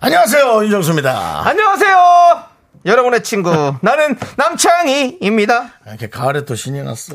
안녕하세요 윤정수입니다. 안녕하세요. 여러분의 친구 나는 남창희입니다. 이렇게 가을에 또 신이 났어.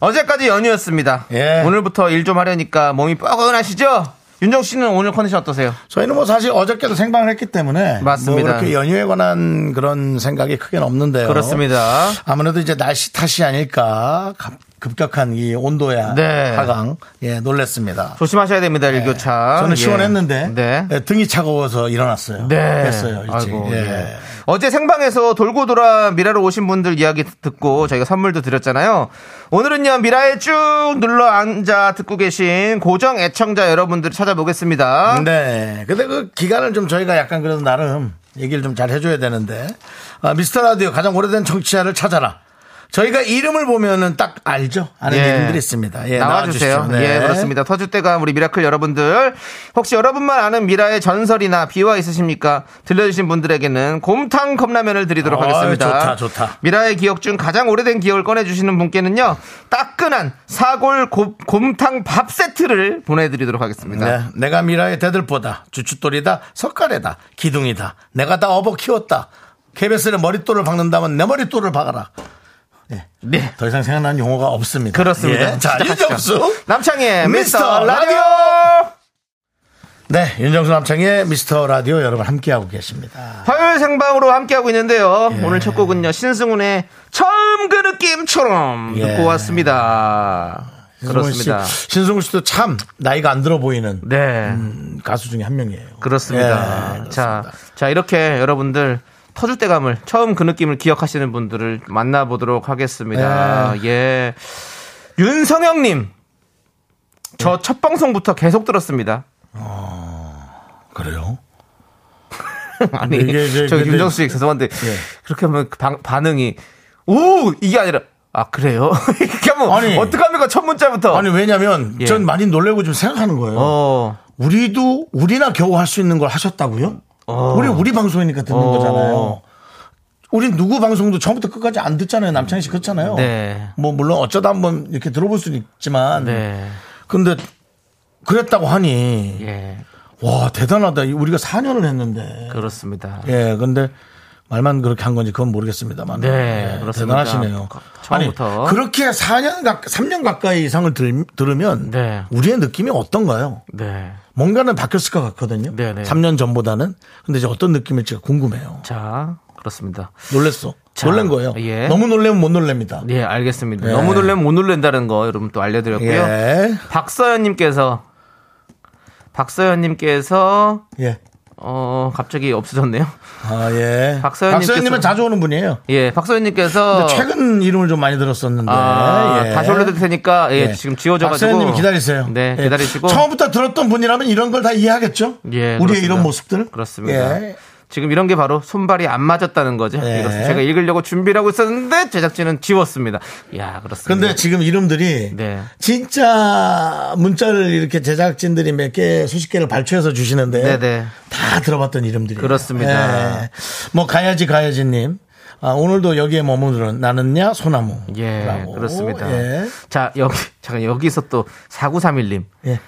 어제까지 연휴였습니다. 예. 오늘부터 일 좀 하려니까 몸이 뻐근하시죠? 윤정 씨는 오늘 컨디션 어떠세요? 저희는 뭐 사실 어저께도 생방을 했기 때문에 맞습니다. 뭐 그렇게 연휴에 관한 그런 생각이 크게 없는데요. 그렇습니다. 아무래도 이제 날씨 탓이 아닐까 급- 급격한 이 온도야 네. 하강 예 놀랬습니다. 조심하셔야 됩니다. 일교차. 저는 예. 시원했는데 네. 예, 등이 차가워서 일어났어요. 네. 했어요 일찍. 아이고, 예. 예. 어제 생방에서 돌고 돌아 미라로 오신 분들 이야기 듣고 저희가 선물도 드렸잖아요. 오늘은요, 미라에 쭉 눌러 앉아 듣고 계신 고정 애청자 여러분들 찾아보겠습니다. 네. 근데 그 기간을 좀 저희가 약간 그래도 나름 얘기를 좀 잘 해줘야 되는데 아, 미스터 라디오 가장 오래된 정치자를 찾아라. 저희가 이름을 보면은 딱 알죠. 아는 예. 이름들이 있습니다. 예, 나와주세요. 나와주시죠. 네. 예, 그렇습니다. 터줏대감 우리 미라클 여러분들. 혹시 여러분만 아는 미라의 전설이나 비화 있으십니까? 들려주신 분들에게는 곰탕 컵라면을 드리도록 어이, 하겠습니다. 좋다, 좋다. 미라의 기억 중 가장 오래된 기억을 꺼내주시는 분께는요, 따끈한 사골 곰- 곰탕 밥 세트를 보내드리도록 하겠습니다. 네, 내가 미라의 대들보다 주춧돌이다 석가래다 기둥이다 내가 다 업어 키웠다 KBS는 머릿돌을 박는다면 내 머릿돌을 박아라 예. 네. 더 이상 생각나는 용어가 없습니다 그렇습니다. 예, 자 시작하시죠. 윤정수 남창희의 미스터 미스터 라디오! 네 윤정수 남창의 미스터 라디오 여러분 함께하고 계십니다 화요일 생방으로 함께하고 있는데요. 오늘 첫 곡은요, 신승훈의 처음 그 느낌처럼 예. 듣고 왔습니다. 그렇습니다. 신승훈 씨, 신승훈 씨도 참 나이가 안 들어 보이는 네. 음, 가수 중에 한 명이에요 그렇습니다. 예, 자, 자, 이렇게 여러분들 터줏대감을 처음 그 느낌을 기억하시는 분들을 만나보도록 하겠습니다. 예. 윤성영님. 저 첫 방송부터 계속 들었습니다. 그래요 아니, 이게 이제 저 근데- 예. 윤정수 씨 죄송한데, 그렇게 하면 그 방- 반응이, 오! 이게 아니라, 아, 그래요? 이렇게 하면, 아니. 어떡합니까? 첫 문자부터. 아니 뭐. 왜냐면 예. 전 많이 놀래고 좀 생각하는 거예요 어, 우리도 우리나 겨우 할 수 있는 걸 하셨다고요? 우리 우리 방송이니까 듣는 어. 거잖아요. 우린 누구 방송도 처음부터 끝까지 안 듣잖아요. 남창희 씨 그렇잖아요. 네. 뭐 물론 어쩌다 한번 이렇게 들어볼 수는 있지만 네. 근데 그랬다고 하니 예, 와 대단하다. 이 우리가 4년을 했는데 그렇습니다. 예 근데 말만 그렇게 한 건지 그건 모르겠습니다만 예, 네, 그렇습니다. 대단하시네요. 처음부터. 아니 그렇게 4년 가 3년 가까이 이상을 들, 들으면 네. 우리의 느낌이 어떤가요? 네. 뭔가는 바뀌었을 것 같거든요. 네네. 3년 전보다는. 근데 이제 어떤 느낌일지가 궁금해요. 자, 그렇습니다. 놀랬어. 자, 놀란 거예요. 예. 너무 놀래면 못 놀랍니다. 예, 알겠습니다. 예. 너무 놀라면 못 놀란다는 거 여러분 또 알려드렸고요. 예. 박서연님께서 박서연님께서 예. 어 갑자기 없어졌네요. 아, 예. 박서연님께서- 박서연님은 자주 오는 분이에요. 예, 박서연님께서 최근 이름을 좀 많이 들었었는데. 아, 예. 다시 올려드릴 테니까 예, 지금 지워져가지고 네. 박서연님 기다리세요. 네, 예. 기다리시고 처음부터 들었던 분이라면 이런 걸 다 이해하겠죠? 예, 우리의 그렇습니다. 이런 모습들. 그렇습니다. 예. 지금 이런 게 바로 손발이 안 맞았다는 거죠. 예. 이것을 제가 읽으려고 준비를 하고 있었는데 제작진은 지웠습니다. 야, 그렇습니다. 근데 지금 이름들이 네. 진짜 문자를 이렇게 제작진들이 몇 개 수십 개를 발췌해서 주시는데 네네. 다 들어봤던 이름들이 그렇습니다. 뭐 가야지 가야지님 아, 오늘도 여기에 머무르는 나는야 소나무. 예, 라고. 그렇습니다. 예. 자, 여기, 잠깐, 여기서 또 4931님. 예.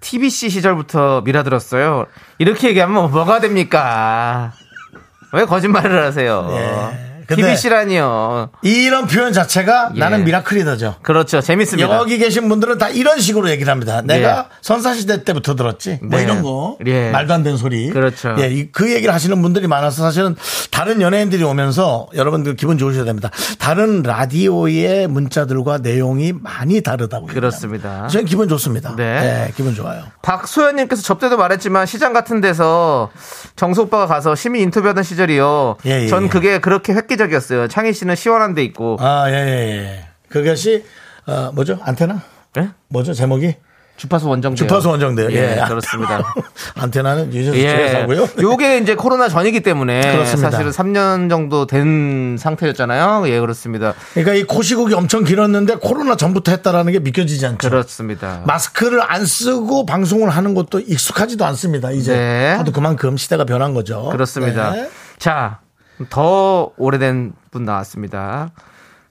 TBC 시절부터 미라 들었어요. 이렇게 얘기하면 뭐가 됩니까? 왜 거짓말을 하세요? 예. 근데- TBC라니요. 이런 표현 자체가 예. 나는 미라클이다죠. 그렇죠. 재밌습니다. 예. 여기 계신 분들은 다 이런 식으로 얘기를 합니다. 내가 선사시대 때부터 들었지. 뭐 네. 이런 거. 예. 말도 안 되는 소리. 그렇죠. 예, 이- 그 얘기를 하시는 분들이 많아서 사실은 다른 연예인들이 오면서 여러분들 그 기분 좋으셔야 됩니다. 다른 라디오의 문자들과 내용이 많이 다르다고. 그렇습니다. 얘기합니다. 저는 기분 좋습니다. 네. 예, 기분 좋아요. 박소연님께서 접대도 말했지만 시장 같은 데서 정수 오빠가 가서 시민 인터뷰하던 시절이요. 예, 예, 아, 전 예. 그게 그렇게 획기적이었어요. 창희 씨는 시원한 데 있고. 아, 예, 예, 예. 그것이, 어, 뭐죠? 안테나? 예? 뭐죠? 제목이? 주파수 원정대. 주파수 원정대요. 예, 예. 그렇습니다. 안테나는 유재석 집에서 예. 하고요. 요게 이제 코로나 전이기 때문에 그렇습니다. 사실은 3년 정도 된 상태였잖아요. 예, 그렇습니다. 그러니까 이 코시국이 엄청 길었는데 코로나 전부터 했다라는 게 믿겨지지 않죠. 그렇습니다. 마스크를 안 쓰고 방송을 하는 것도 익숙하지도 않습니다. 이제 네. 하도 그만큼 시대가 변한 거죠. 그렇습니다. 네. 자, 더 오래된 분 나왔습니다.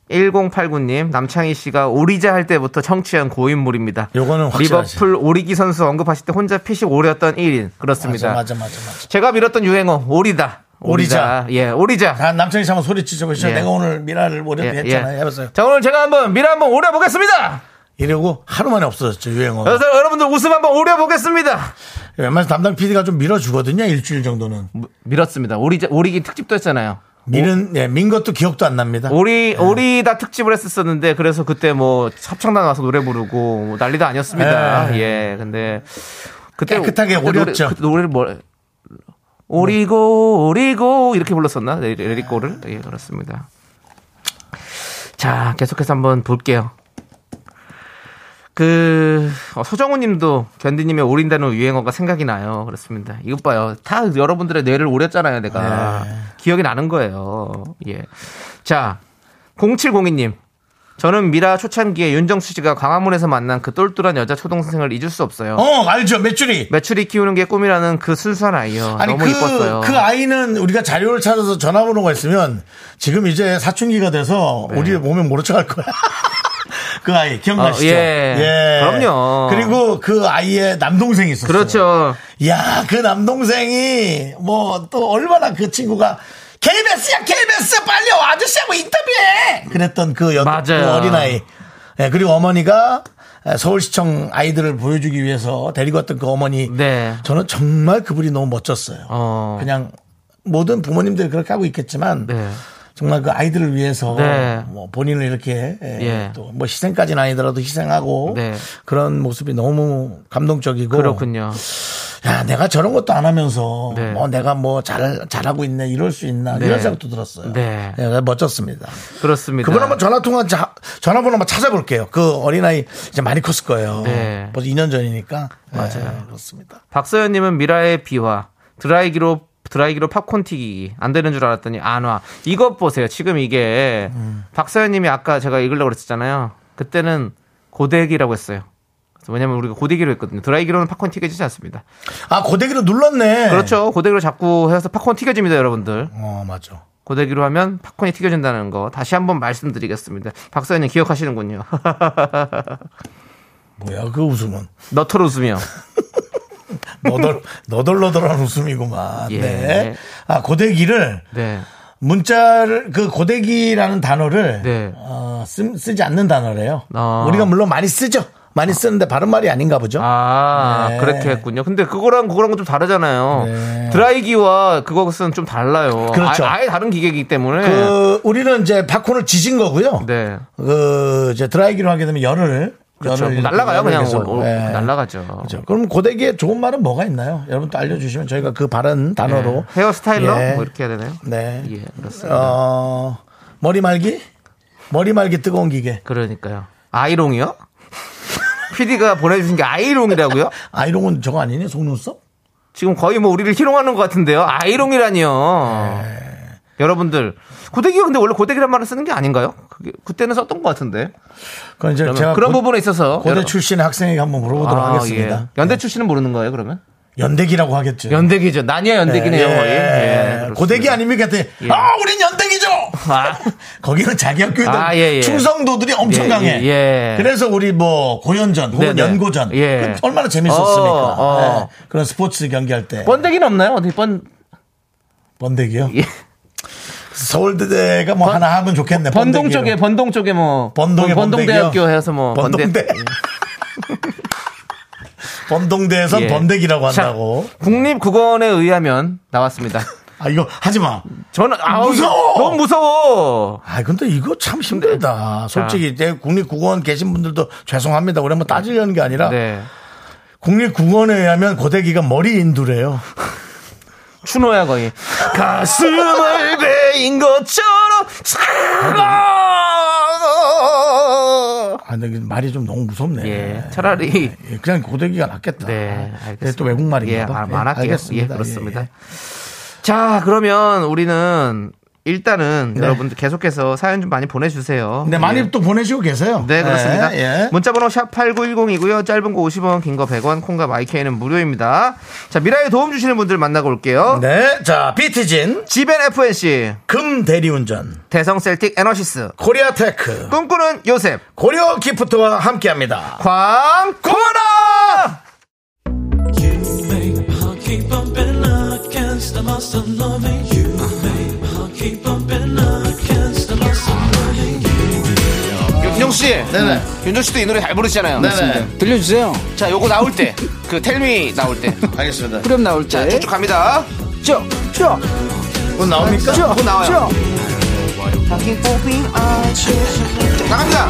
1089님, 남창희 씨가 오리자 할 때부터 청취한 고인물입니다. 요거는 확실하지. 리버풀 오리기 선수 언급하실 때 혼자 피식 오렸던 1인. 맞아, 그렇습니다. 맞아, 맞아, 맞아. 제가 밀었던 유행어, 오리다. 오리자. 예, 오리자. 다 아, 남창희 씨한번 소리 치죠. 예. 내가 오늘 미라를 오래 예, 했잖아요. 예. 해봤어요. 자, 오늘 제가 한번 미라 한번 오려보겠습니다. 이러고 하루 만에 없어졌죠. 유행어. 그래서 여러분들 웃음 한번 오려보겠습니다. 예, 웬만해서 담당 PD가 좀 밀어주거든요. 일주일 정도는. 미- 밀었습니다. 오리자, 오리기 특집도 했잖아요. 밀은, 예, 민 것도 기억도 안 납니다. 네. 오리 오리다 특집을 했었었는데 그래서 그때 뭐 합창단 와서 노래 부르고 뭐 난리도 아니었습니다. 예, 근데 그때 네. 깨끗하게 그때 노래- 오렸죠. 그때 노래를 뭘 오리고 오리고 이렇게 불렀었나 레- 레리꼬를 예 그렇습니다. 자 계속해서 한번 볼게요. 그 어, 서정우님도 견디님의 오린다는 유행어가 생각이 나요. 그렇습니다. 이것 봐요. 다 여러분들의 뇌를 오렸잖아요. 내가 네. 기억이 나는 거예요. 예. 자 0702님. 저는 미라 초창기에 윤정수 씨가 광화문에서 만난 그 똘똘한 여자 초등생을 잊을 수 없어요. 어, 알죠. 메추리. 매출이 키우는 게 꿈이라는 그 순수한 아이요. 아니 너무 그, 이뻤어요. 그 아이는 우리가 자료를 찾아서 전화번호가 있으면 지금 이제 사춘기가 돼서 네. 우리 몸에 모르쳐갈 거야. 그 아이 기억나시죠? 어, 예. 그럼요. 그리고 그 아이의 남동생이 있었어요. 그렇죠. 야, 그 남동생이 뭐 또 얼마나 그 친구가 KBS야 KBS 빨리 와 아저씨하고 인터뷰해. 그랬던 그, 여, 맞아요. 그 어린아이. 예, 그리고 어머니가 예, 서울시청 아이들을 보여주기 위해서 데리고 왔던 그 어머니. 네. 저는 정말 그분이 너무 멋졌어요. 어. 그냥 모든 부모님들이 그렇게 하고 있겠지만 네. 정말 그 아이들을 위해서 네. 뭐 본인을 이렇게 예. 또 뭐 희생까지는 아니더라도 희생하고 네. 그런 모습이 너무 감동적이고 그렇군요. 야 내가 저런 것도 안 하면서 네. 뭐 내가 뭐 잘 잘하고 있네 이럴 수 있나 네. 이런 생각도 들었어요. 네. 예, 멋졌습니다. 그렇습니다. 그분 한번 전화 통화 자- 전화번호 한번 찾아볼게요. 그 어린아이 이제 많이 컸을 거예요. 네. 벌써 2년 전이니까 맞아요. 그렇습니다. 박서연님은 미라의 비화, 드라이기로 드라이기로 팝콘 튀기기 안 되는 줄 알았더니 안 와. 이것 보세요. 지금 이게 박서연님이 아까 제가 읽으려고 그랬잖아요. 그때는 고데기라고 했어요. 그래서 왜냐면 우리가 고데기로 했거든요. 드라이기로는 팝콘 튀겨지지 않습니다. 아 고데기로 눌렀네. 그렇죠. 고데기로 자꾸 해서 팝콘 튀겨집니다, 여러분들. 어 맞아. 고데기로 하면 팝콘이 튀겨진다는 거 다시 한번 말씀드리겠습니다. 박사님 기억하시는군요. 뭐야 그 웃음은 너털 웃으며 너덜 너덜너덜한 웃음이구만. 예. 네. 아 고데기를 네. 문자를 그 고데기라는 단어를 네. 어, 쓰, 쓰지 않는 단어래요. 아. 우리가 물론 많이 쓰죠. 많이 쓰는데 바른 말이 아닌가 보죠. 아 네. 그렇게 했군요. 근데 그거랑 그거랑은 좀 다르잖아요. 네. 드라이기와 그것은 좀 달라요. 그렇죠. 아, 예 다른 기계이기 때문에. 그 우리는 이제 팝콘을 지진 거고요. 네. 그 이제 드라이기로 하게 되면 열을 그렇죠. 열을 날라가요 그냥 계속. 오- 오- 네. 날라가죠. 그렇죠. 그럼 고데기에 좋은 말은 뭐가 있나요? 여러분 또 알려주시면 저희가 그 바른 네. 단어로 헤어스타일러 예. 뭐 이렇게 해야 되나요? 네. 예 그렇습니다. 어, 머리 말기? 머리 말기 뜨거운 기계. 그러니까요. 아이롱이요? PD가 보내주신 게 아이롱이라고요? 아이롱은 저거 아니니? 속눈썹? 지금 거의 뭐 우리를 희롱하는 것 같은데요. 아이롱이라니요. 네. 여러분들 고데기가 근데 원래 고데기란 말을 쓰는 게 아닌가요? 그게 그때는 썼던 것 같은데 그건 이제 그러면 제가 그런 고, 부분에 있어서 고대 여러- 출신의 학생에게 한번 물어보도록 아, 하겠습니다. 예. 연대 출신은 모르는 거예요 그러면? 연대기라고 하겠죠. 연대기죠. 난이야 연대기네요. 예. 거의. 예, 고대기 그렇습니다. 아닙니까? 그때 예. 아, 우린 연대기죠! 아. 거기는 자기 학교에 대한 아, 예, 예. 충성도들이 엄청 예, 강해. 예, 예. 그래서 우리 뭐 고연전 혹은 네, 네. 연고전 예. 그건 얼마나 재밌었습니까? 어, 어. 예. 그런 스포츠 경기할 때 번데기는 없나요? 어디 번? 번데기요? 예. 서울대가 뭐 하나 하면 좋겠네. 번동 번데기로. 쪽에 번동 쪽에 뭐 번동에 번- 번동대학교 번데기요? 해서 뭐 번동대. 번동대에선 예. 번데기라고 자, 한다고. 국립국원에 의하면 나왔습니다. 아 이거 하지 마. 저는 아우, 무서워! 너무 무서워. 아 근데 이거 참 힘들다. 솔직히 제 국립국원 계신 분들도 죄송합니다. 우리 한번 따지려는 게 아니라 네. 국립국원에 의하면 고데기가 머리 인두래요. 추노야 거의 가슴을 베인 것처럼 차가워 아, 근데 말이 좀 너무 무섭네. 예, 차라리 예, 그냥 고데기가 낫겠다. 예, 네, 알겠습니다. 또 외국 말인가 예, 봐. 아, 말할게요. 알겠습니다. 예, 그렇습니다. 예, 예. 자, 그러면 우리는 일단은 여러분들 계속해서 사연 좀 많이 보내주세요. 근데 네. 많이 예. 또 보내시고 계세요. 네, 그렇습니다. 예, 예. 문자번호 샵8910이고요. 짧은 거 50원, 긴 거 100원, 콩과 마이크는 무료입니다. 자, 미라에 도움 주시는 분들 만나고 올게요. 네, 자, 비트진, 지벤 FNC, 금대리운전, 대성 셀틱 에너시스, 코리아테크, 꿈꾸는 요셉, 고려 기프트와 함께합니다. 광, 고마라! 윤정씨, 네네. 윤정씨도 이 노래 잘 부르시잖아요. 네네. 들려주세요. 자, 요거 나올 때, 그 텔미 나올 때. 알겠습니다. 그럼 나올 때. 쭉쭉 갑니다. 쭉, 쭉, 그건 나옵니까? 쭉, 쭉 나와요. 쭉. 나갑니다.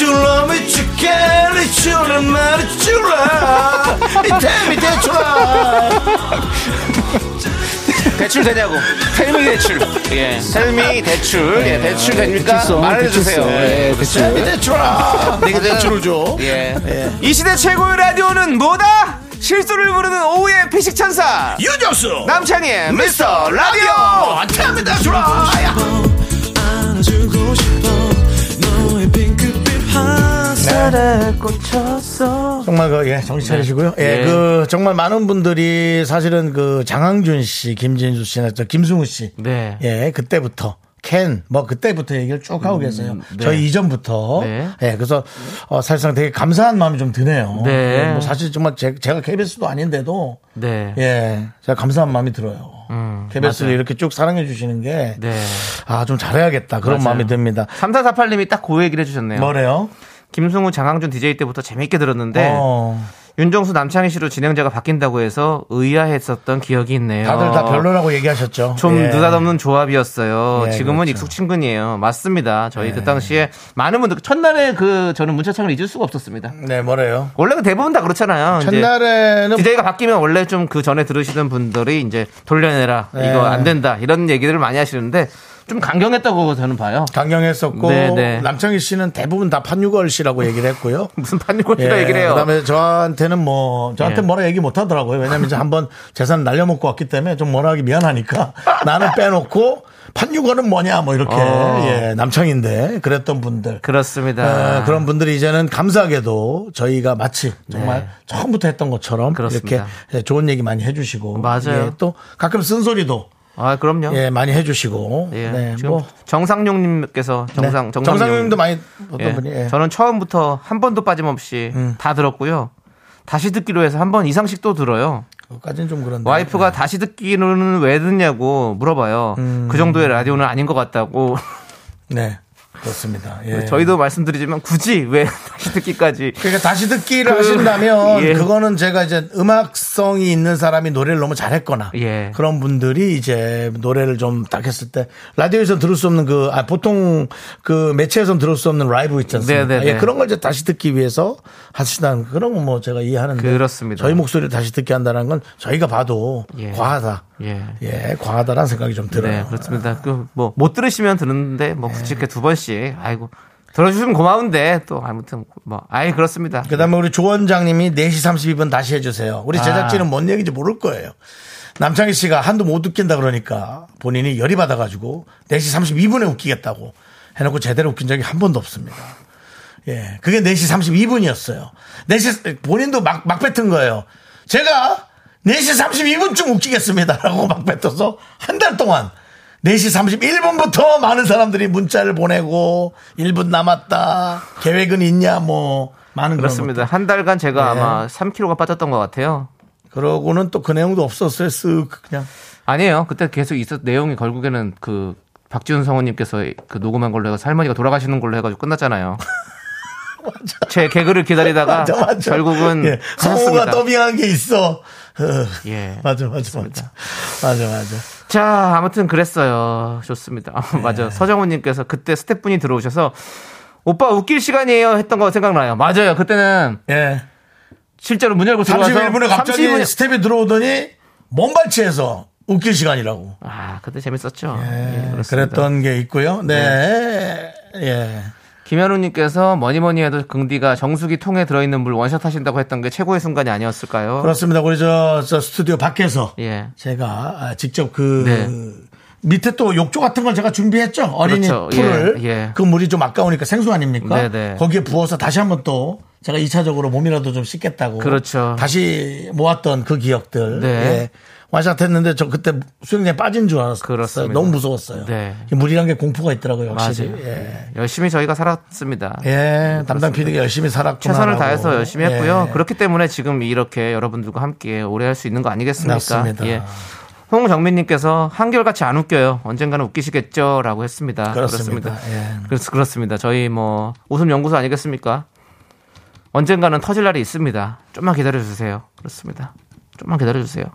You love me, you care, you love me, you love me. Tell me that you 아, love. 대출 되냐고. 텔미 대출. 예. 텔미 대출. 예, 대출 됩니까? 아, 대출성, 말해주세요. 네, 대출성. Tell me 예, 대출. that you love. 내가 대출을 줘. 예. 이 시대 최고의 라디오는 뭐다? 실수를 부르는 오후의 피식 천사. 유정수. 남창희의 미스터 라디오. 어, Tell me that you love. 정말 그, 예, 정신 차리시고요. 예, 예. 그, 정말 많은 분들이 사실은 그, 장항준 씨, 김진수 씨나 저 김승우 씨. 네. 예, 그때부터. 캔, 뭐, 그때부터 얘기를 쭉 하고 계세요. 저희 이전부터. 음, 네. 예, 그래서, 어, 사실상 되게 감사한 마음이 좀 드네요. 네. 예, 뭐, 사실 정말 제, 제가 KBS도 아닌데도. 네. 예, 제가 감사한 마음이 들어요. KBS를 이렇게 쭉 사랑해 주시는 게. 네. 아, 좀 잘해야겠다. 그런 맞아요. 마음이 듭니다. 3448님이 딱 그 얘기를 해주셨네요. 뭐래요? 김승우, 장항준 DJ 때부터 재밌게 들었는데, 어. 윤정수, 남창희 씨로 진행자가 바뀐다고 해서 의아했었던 기억이 있네요. 어. 다들 다 별로라고 얘기하셨죠. 좀 예. 느닷없는 조합이었어요. 예, 지금은 그렇죠. 예. 익숙 친근이에요. 맞습니다. 저희 그 당시에 많은 분들 첫날에 그 저는 문자창을 잊을 수가 없었습니다. 네, 뭐래요? 원래 그 대부분 다 그렇잖아요. 이제 첫날에는 DJ가 바뀌면 원래 좀 그 전에 들으시던 분들이 이제 돌려내라 네. 이거 안 된다 이런 얘기들을 많이 하시는데 좀 강경했다고 저는 봐요. 강경했었고 네, 네. 남창희 씨는 대부분 다 판유걸 씨라고 얘기를 했고요. 무슨 판유골이라 예, 얘기를 해요. 그다음에 저한테는 뭐 저한테 예. 뭐라 얘기 못 하더라고요. 왜냐면 이제 한번 재산 날려먹고 왔기 때문에 좀 뭐라 하기 미안하니까 나는 빼놓고 판유걸은 뭐냐 뭐 이렇게 어. 예, 남창인데 그랬던 분들 그렇습니다. 어, 그런 분들이 이제는 감사하게도 저희가 마치 정말 처음부터 했던 것처럼 네. 그렇습니다. 이렇게 예, 좋은 얘기 많이 해주시고 맞아요. 예, 또 가끔 쓴소리도 아 그럼요. 예, 많이 해주시고 예. 네, 지금 뭐 정상용님께서 정상 네. 정상용. 정상용님도 많이 어떤 예. 분이 예. 음. 저는 처음부터 한 번도 빠짐없이 다 들었고요. 다시 듣기로 해서 한 번 이상씩 또 들어요. 그것까지는 좀 그런데 와이프가 다시 듣기로는 왜 듣냐고 물어봐요. 음. 그 정도의 라디오는 아닌 것 같다고. 네 그렇습니다. 예. 저희도 말씀드리지만 굳이 왜 다시 듣기까지. 그러니까 다시 듣기를 하신다면 예. 그거는 제가 이제 음악성이 있는 사람이 노래를 너무 잘했거나 예. 그런 분들이 이제 노래를 좀 딱 했을 때 라디오에서 들을 수 없는 그 아, 보통 그 매체에서 들을 수 없는 라이브 있지 않습니까? 네네네. 예, 그런 걸 이제 다시 듣기 위해서 하시다는 그런 건 뭐 제가 이해하는데 그렇습니다. 저희 목소리를 다시 듣게 한다는 건 저희가 봐도 예. 과하다. 예. 예, 과하다라는 생각이 좀 들어요. 네, 그렇습니다. 그 뭐 못 들으시면 들었는데 네. 뭐 굳이 이렇게 두 번씩 아이고 들어주시면 고마운데 또 아무튼 뭐 아예 그렇습니다. 그다음에 우리 조원장님이 4시 32분 다시 해주세요. 아. 우리 제작진은 뭔 얘기인지 모를 거예요. 남창희 씨가 한도 못 웃긴다 그러니까 본인이 열이 받아가지고 4시 32분에 웃기겠다고 해놓고 제대로 웃긴 적이 한 번도 없습니다. 예, 그게 4시 32분이었어요. 4시 본인도 막 막 뱉은 거예요. 제가 4시 32분쯤 웃기겠습니다라고 막 뱉어서 한 달 동안 4시 31분부터 많은 사람들이 문자를 보내고 1분 남았다. 계획은 있냐 뭐 많은 그런 그렇습니다. 한 달간 제가 네. 아마 3kg가 빠졌던 것 같아요. 것들. 그러고는 또 그 내용도 없었어요. 쓱 그냥 아니에요. 그때 계속 있었 내용이 결국에는 그 박지훈 성우님께서 그 녹음한 걸로 해서 할머니가 돌아가시는 걸로 해가지고 끝났잖아요. 제 개그를 기다리다가 맞아 맞아. 결국은 예, 성우가 하셨습니다. 더빙한 게 있어. 어, 예. 맞아 맞아 맞아 맞아 맞아. 자, 아무튼 그랬어요. 좋습니다. 아, 네. 맞아. 서정훈님께서 그때 스태프분이 들어오셔서 오빠 웃길 시간이에요 했던 거 생각나요. 맞아요. 그때는 예. 실제로 문 열고 들어와서 31분에 갑자기 31분 에- 스텝이 들어오더니 몸발치해서 웃길 시간이라고. 아, 그때 재밌었죠. 예, 예, 그렇습니다. 그랬던 게 있고요. 네. 예. 김현우님께서 뭐니 뭐니 해도 긍디가 정수기 통에 들어있는 물 원샷 하신다고 했던 게 최고의 순간이 아니었을까요? 그렇습니다. 우리 저, 저 스튜디오 밖에서 예. 제가 아, 직접 그 네. 밑에 또 욕조 같은 걸 제가 준비했죠. 어린이 그렇죠. 풀을 예, 예. 그 물이 좀 아까우니까 생수 아닙니까? 네, 네. 거기에 부어서 다시 한번 또 제가 2차적으로 몸이라도 좀 씻겠다고 그렇죠. 다시 모았던 그 기억들. 네. 예. 와샷했는데 저 그때 수영장에 빠진 줄 알았어요. 그렇습니다. 너무 무서웠어요. 네. 이 물이란 게 공포가 있더라고요, 확실히. 맞아요. 예. 열심히 저희가 살았습니다. 예, 담당 PD가 열심히 살았구나. 예. 최선을 다해서 열심히 했고요. 그렇기 때문에 지금 이렇게 여러분들과 함께 오래 할 수 있는 거 아니겠습니까? 맞습니다. 예. 홍정민님께서 한결같이 안 웃겨요. 언젠가는 웃기시겠죠라고 했습니다. 그렇습니다. 예. 그래서 그렇습니다. 저희 뭐 웃음 연구소 아니겠습니까? 언젠가는 터질 날이 있습니다. 좀만 기다려 주세요. 그렇습니다. 좀만 기다려 주세요.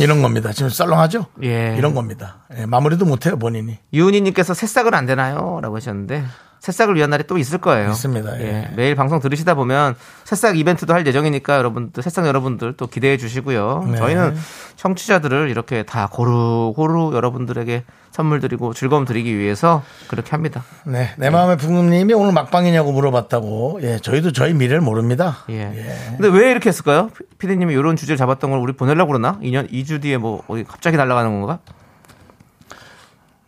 이런 겁니다. 지금 썰렁하죠? 예. 이런 겁니다. 예, 마무리도 못해요, 본인이. 유은희님께서 새싹은 안 되나요?라고 하셨는데 새싹을 위한 날이 또 있을 거예요. 있습니다. 예. 매일 방송 들으시다 보면 새싹 이벤트도 할 예정이니까 여러분들 새싹 여러분들 또 기대해 주시고요. 네. 저희는 청취자들을 이렇게 다 고루고루 여러분들에게 선물 드리고 즐거움 드리기 위해서 그렇게 합니다. 네, 예. 내 마음의 부모님이 오늘 막방이냐고 물어봤다고. 예, 저희도 저희 미래를 모릅니다. 예. 예. 근데 왜 이렇게 했을까요? 피디님이 이런 주제를 잡았던 걸 우리 보내려고 그러나? 2년 2주 뒤에 뭐 어디 갑자기 날아가는 건가?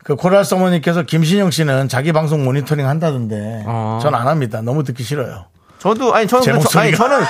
그 코랄 서머님께서 김신영 씨는 자기 방송 모니터링 한다던데 어. 전 안 합니다. 너무 듣기 싫어요. 저도 아니 저는 제 그- 저, 아니 목소리가. 저는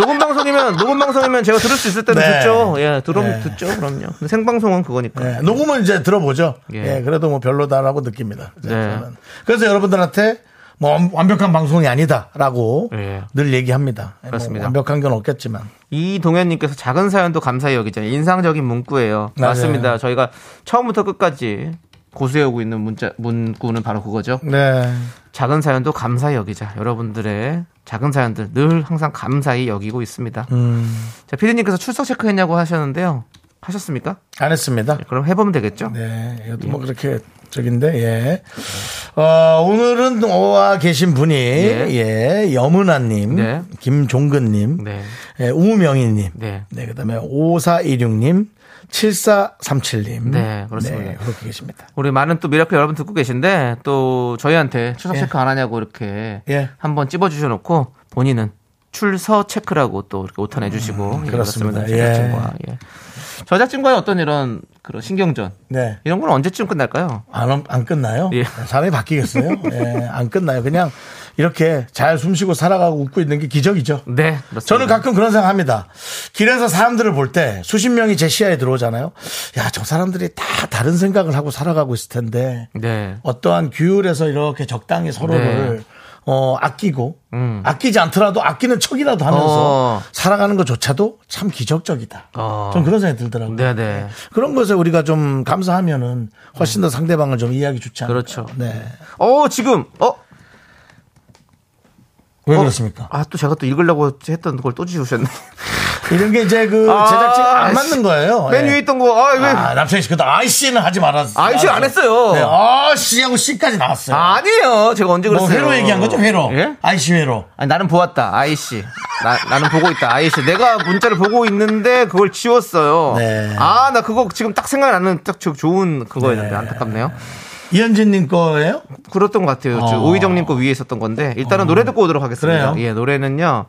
녹음 방송이면 녹음 방송이면 제가 들을 수 있을 때는 네. 듣죠. 예, 들어 네. 듣죠. 그럼요. 근데 생방송은 그거니까. 예, 녹음은 이제 들어보죠. 예. 예, 그래도 뭐 별로다라고 느낍니다. 이제 네. 저는. 그래서 여러분들한테 뭐 완- 완벽한 방송이 아니다라고 예. 늘 얘기합니다. 예, 그렇습니다. 뭐 완벽한 건 없겠지만. 이동현님께서 작은 사연도 감사히 여기잖아요. 인상적인 문구예요. 맞아요. 맞습니다. 저희가 처음부터 끝까지 고수해오고 있는 문자, 문구는 바로 그거죠. 네. 작은 사연도 감사히 여기자. 여러분들의 작은 사연들 늘 항상 감사히 여기고 있습니다. 음. 자, 피디님께서 출석 체크했냐고 하셨는데요. 하셨습니까? 안 했습니다. 그럼 해보면 되겠죠? 네, 이것도 예. 뭐 그렇게 저긴데, 예. 어, 오늘은 오와 계신 분이, 예, 여문아님, 네. 김종근님, 네. 예, 우명희님, 네. 네. 그 다음에 5416님, 7437님. 네, 그렇습니다. 그렇게 계십니다. 우리 많은 또 미라클 여러분 듣고 계신데 또 저희한테 출석 체크 안 하냐고 이렇게 예. 한번 찝어주셔놓고 본인은 출석 체크라고 또 이렇게 오타내주시고 예, 음, 그렇습니다. 제작진과 예. 저작진과의 어떤 이런 그런 신경전 네. 이런 건 언제쯤 끝날까요? 안, 엄- 안 끝나요? 예. 사람이 바뀌겠어요? 예, 안 끝나요. 그냥 이렇게 잘 숨쉬고 살아가고 웃고 있는 게 기적이죠. 네, 그렇습니다. 저는 가끔 그런 생각합니다. 길에서 사람들을 볼 때 수십 명이 제 시야에 들어오잖아요. 야, 저 사람들이 다 다른 생각을 하고 살아가고 있을 텐데 네, 어떠한 규율에서 이렇게 적당히 서로를 어, 아끼고 아끼지 않더라도 아끼는 척이라도 하면서 음. 어. 살아가는 것조차도 참 기적적이다. 어. 전 그런 생각이 들더라고요. 네, 네. 그런 것에 우리가 좀 감사하면은 훨씬 더 상대방을 좀 이해하기 좋지 않을까. 그렇죠. 네. 어 지금 어 왜 어? 그렇습니까? 아 또 제가 또 읽으려고 했던 걸 또 지우셨네. 이런 게 이제 그 제작진 안 아, 맞는 거예요. 맨 예. 위에 있던 거. 아, 왜? 아, 남창희 씨, 그때 아이씨는 하지 말았어요. 아이씨 안 했어요. 네, 아씨하고 씨까지 나왔어요. 아, 니에요 제가 언제 예. 뭐 그랬어요? 회로 얘기한 거죠, 회로. 예? 아이씨 회로. 아니, 나는 보았다. 아이씨. 나, 나는 보고 있다. 아이씨. 내가 문자를 보고 있는데 그걸 지웠어요. 네. 아, 나 그거 지금 딱 생각나는 딱 저- 좋은 그거였는데 안타깝네요. 이현진님 거예요? 그랬던 것 같아요. 저 어. 오희정님 거 위에 있었던 건데 일단은 노래 듣고 오도록 하겠습니다. 그래요. 예, 노래는요.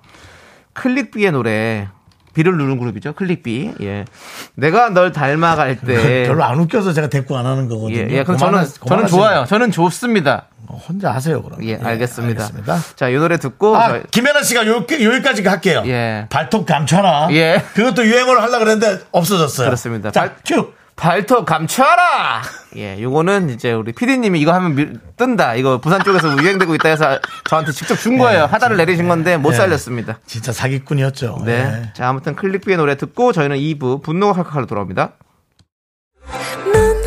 클릭비의 노래. 비를 누른 그룹이죠. 클릭비. 예. 내가 널 닮아갈 때. 별로 안 웃겨서 제가 대꾸 안 하는 거거든요. 예, 예. 그럼 그만하- 저는, 저는 그만하시면- 좋아요. 저는 좋습니다. 어, 혼자 하세요, 그럼. 예, 알겠습니다. 알겠습니다. 자, 이 노래 듣고. 아, 저희- 김연아 씨가 요, 여기까지 할게요. 예. 발톱 감춰라. 예. 그것도 유행어를 하려고 그랬는데 없어졌어요. 그렇습니다. 자, 발- 큐. 발톱 감춰라! 예, 요거는 이제 우리 피디님이 이거 하면 밀- 뜬다. 이거 부산 쪽에서 유행되고 있다 해서 저한테 직접 준 거예요. 하다를 내리신 건데 못 예. 살렸습니다. 진짜 사기꾼이었죠. 네. 예. 자, 아무튼 클릭비의 노래 듣고 저희는 2부 분노가 칼칼로 돌아옵니다. 넌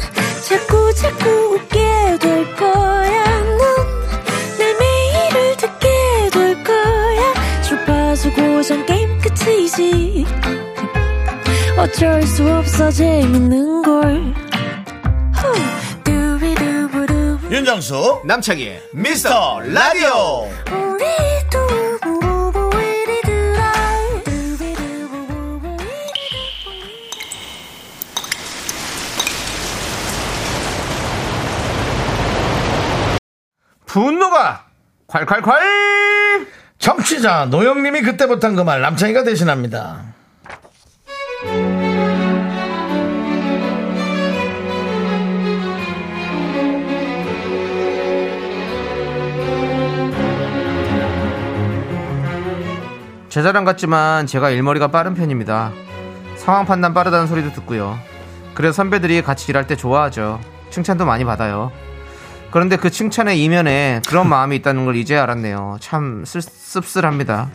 자꾸 자꾸 웃게 될 거야. 넌내 매일을 듣게 될 거야. 주파수 고정 게임 끝이지. 어쩔 수 없어 재밌는 걸. 후. 두비두부두. 예. 윤정수, 남창희의 미스터 라디오. 우리 두부부부 우리 두라. 두비두부부부 우리 두부부. 분노가 콸콸콸! 정취자 노영님이 그때 못한 그 말 남창희가 대신합니다. 제 자랑 같지만 제가 일머리가 빠른 편입니다. 상황 판단 빠르다는 소리도 듣고요. 그래서 선배들이 같이 일할 때 좋아하죠. 칭찬도 많이 받아요. 그런데 그 칭찬의 이면에 그런 마음이 있다는 걸 이제 알았네요. 참 쓸- 씁쓸합니다.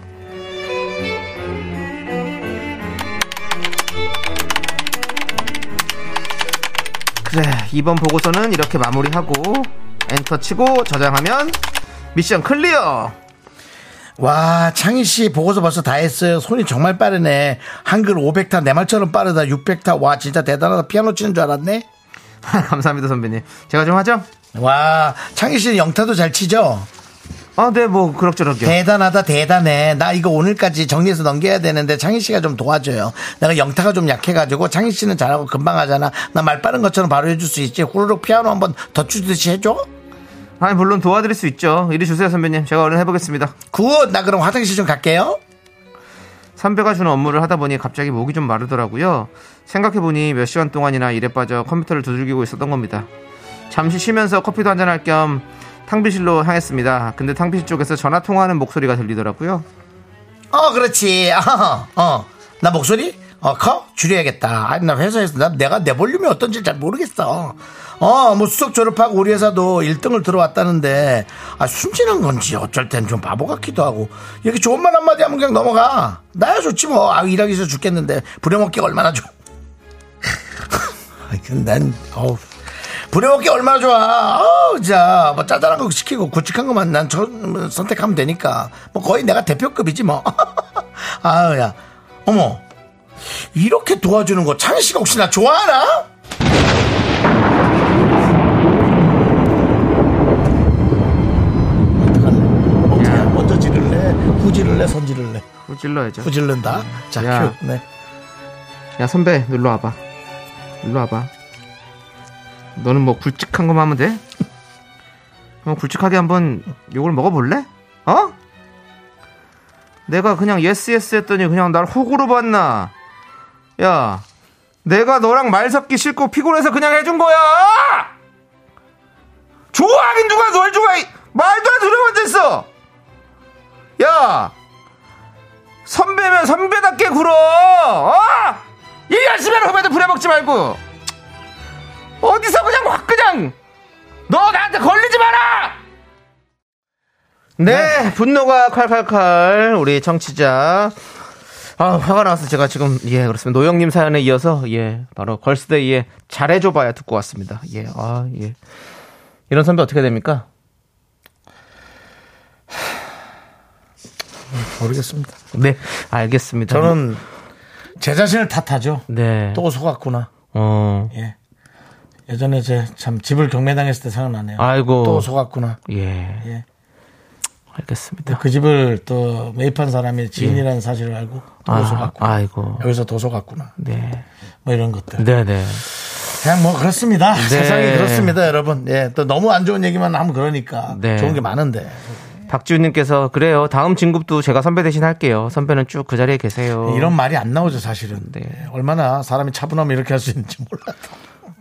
그래 이번 보고서는 이렇게 마무리하고 엔터 치고 저장하면 미션 클리어. 와 창희 씨 보고서 벌써 다 했어요. 손이 정말 빠르네. 한글 500타 내 말처럼 빠르다. 600타 와 진짜 대단하다. 피아노 치는 줄 알았네. 감사합니다 선배님. 제가 좀 하죠? 와 창희 씨는 영타도 잘 치죠. 아, 네, 뭐 그럭저럭요. 대단하다 대단해. 나 이거 오늘까지 정리해서 넘겨야 되는데 창희 씨가 좀 도와줘요. 내가 영타가 좀 약해가지고 창희 씨는 잘하고 금방 하잖아. 나 말 빠른 것처럼 바로 해줄 수 있지. 후루룩 피아노 한번 더 추듯이 해줘. 아니 물론 도와드릴 수 있죠. 이리 주세요 선배님. 제가 얼른 해보겠습니다. 굿. 나 그럼 화장실 좀 갈게요. 선배가 주는 업무를 하다 보니 갑자기 목이 좀 마르더라고요. 생각해보니 몇 시간 동안이나 일에 빠져 컴퓨터를 두들기고 있었던 겁니다. 잠시 쉬면서 커피도 한잔 할 겸 탕비실로 향했습니다. 근데 탕비실 쪽에서 전화 통화하는 목소리가 들리더라고요. 어, 그렇지. 어, 어. 나 목소리? 어, 커? 줄여야겠다. 아니, 나 회사에서 나, 내가 내 볼륨이 어떤지 잘 모르겠어. 어, 뭐 수석 졸업하고 우리 회사도 1등을 들어왔다는데, 아, 숨지는 건지 어쩔 땐 좀 바보 같기도 하고, 이렇게 좋은 말 한마디 하면 그냥 넘어가. 나야 좋지 뭐. 아, 일하기 싫어 죽겠는데, 부려먹기가 얼마나 좋아. 아이, 근데 그 난, 어우. 부려먹기 얼마나 좋아. 어우, 자, 뭐 짜잘한 거 시키고 굵직한 것만 난 저, 뭐 선택하면 되니까. 뭐 거의 내가 대표급이지 뭐. 아우, 야. 어머. 이렇게 도와주는 거 창희 씨가 혹시 나 좋아하나? 어떡할래? 어떻게 해? 먼저 지를래? 후 지를래? 선 지를래? 그거 찔러야죠. 후 지른다. 자, 야. 큐. 네. 야 선배 놀러 와봐. 놀러 와봐. 너는 뭐 굵직한 것만 하면 돼? 그럼 굵직하게 한번 요걸 먹어볼래? 어? 내가 그냥 예스 예스 했더니 그냥 날 호구로 봤나? 야, 내가 너랑 말 섞기 싫고 피곤해서 그냥 해준 거야. 좋아하긴 누가 널 좋아해? 말도 안 들으면 됐어. 야, 선배면 선배답게 굴어. 어? 일 열심히 하는 후배들 부려먹지 말고 어디서 그냥 확 그냥 너 나한테 걸리지 마라. 네, 분노가 칼칼칼 우리 청취자. 아 화가 나서 제가 지금 예 그렇습니다 노영님 사연에 이어서 예 바로 걸스데이의 잘해줘봐야 듣고 왔습니다 예아예 이런 선배 어떻게 됩니까 모르겠습니다. 네 알겠습니다 저는 제 자신을 탓하죠. 네어 어, 또 속았구나. 예. 예전에 제 참 집을 경매당했을 때 생각나네요. 아이고. 또 속았구나. 예. 예. 알겠습니다. 그 집을 또 매입한 사람이 지인이라는 사실을 알고 또 예. 아, 속았구나. 아이고. 여기서 더 속았구나. 네. 뭐 이런 것들. 네네. 그냥 뭐 그렇습니다. 세상이 네. 그렇습니다, 여러분. 예. 또 너무 안 좋은 얘기만 하면 그러니까 네. 좋은 게 많은데. 박지훈님께서 그래요. 다음 진급도 제가 선배 대신 할게요. 선배는 쭉 그 자리에 계세요. 이런 말이 안 나오죠, 사실은. 네. 예, 얼마나 사람이 차분하면 이렇게 할 수 있는지 몰라요.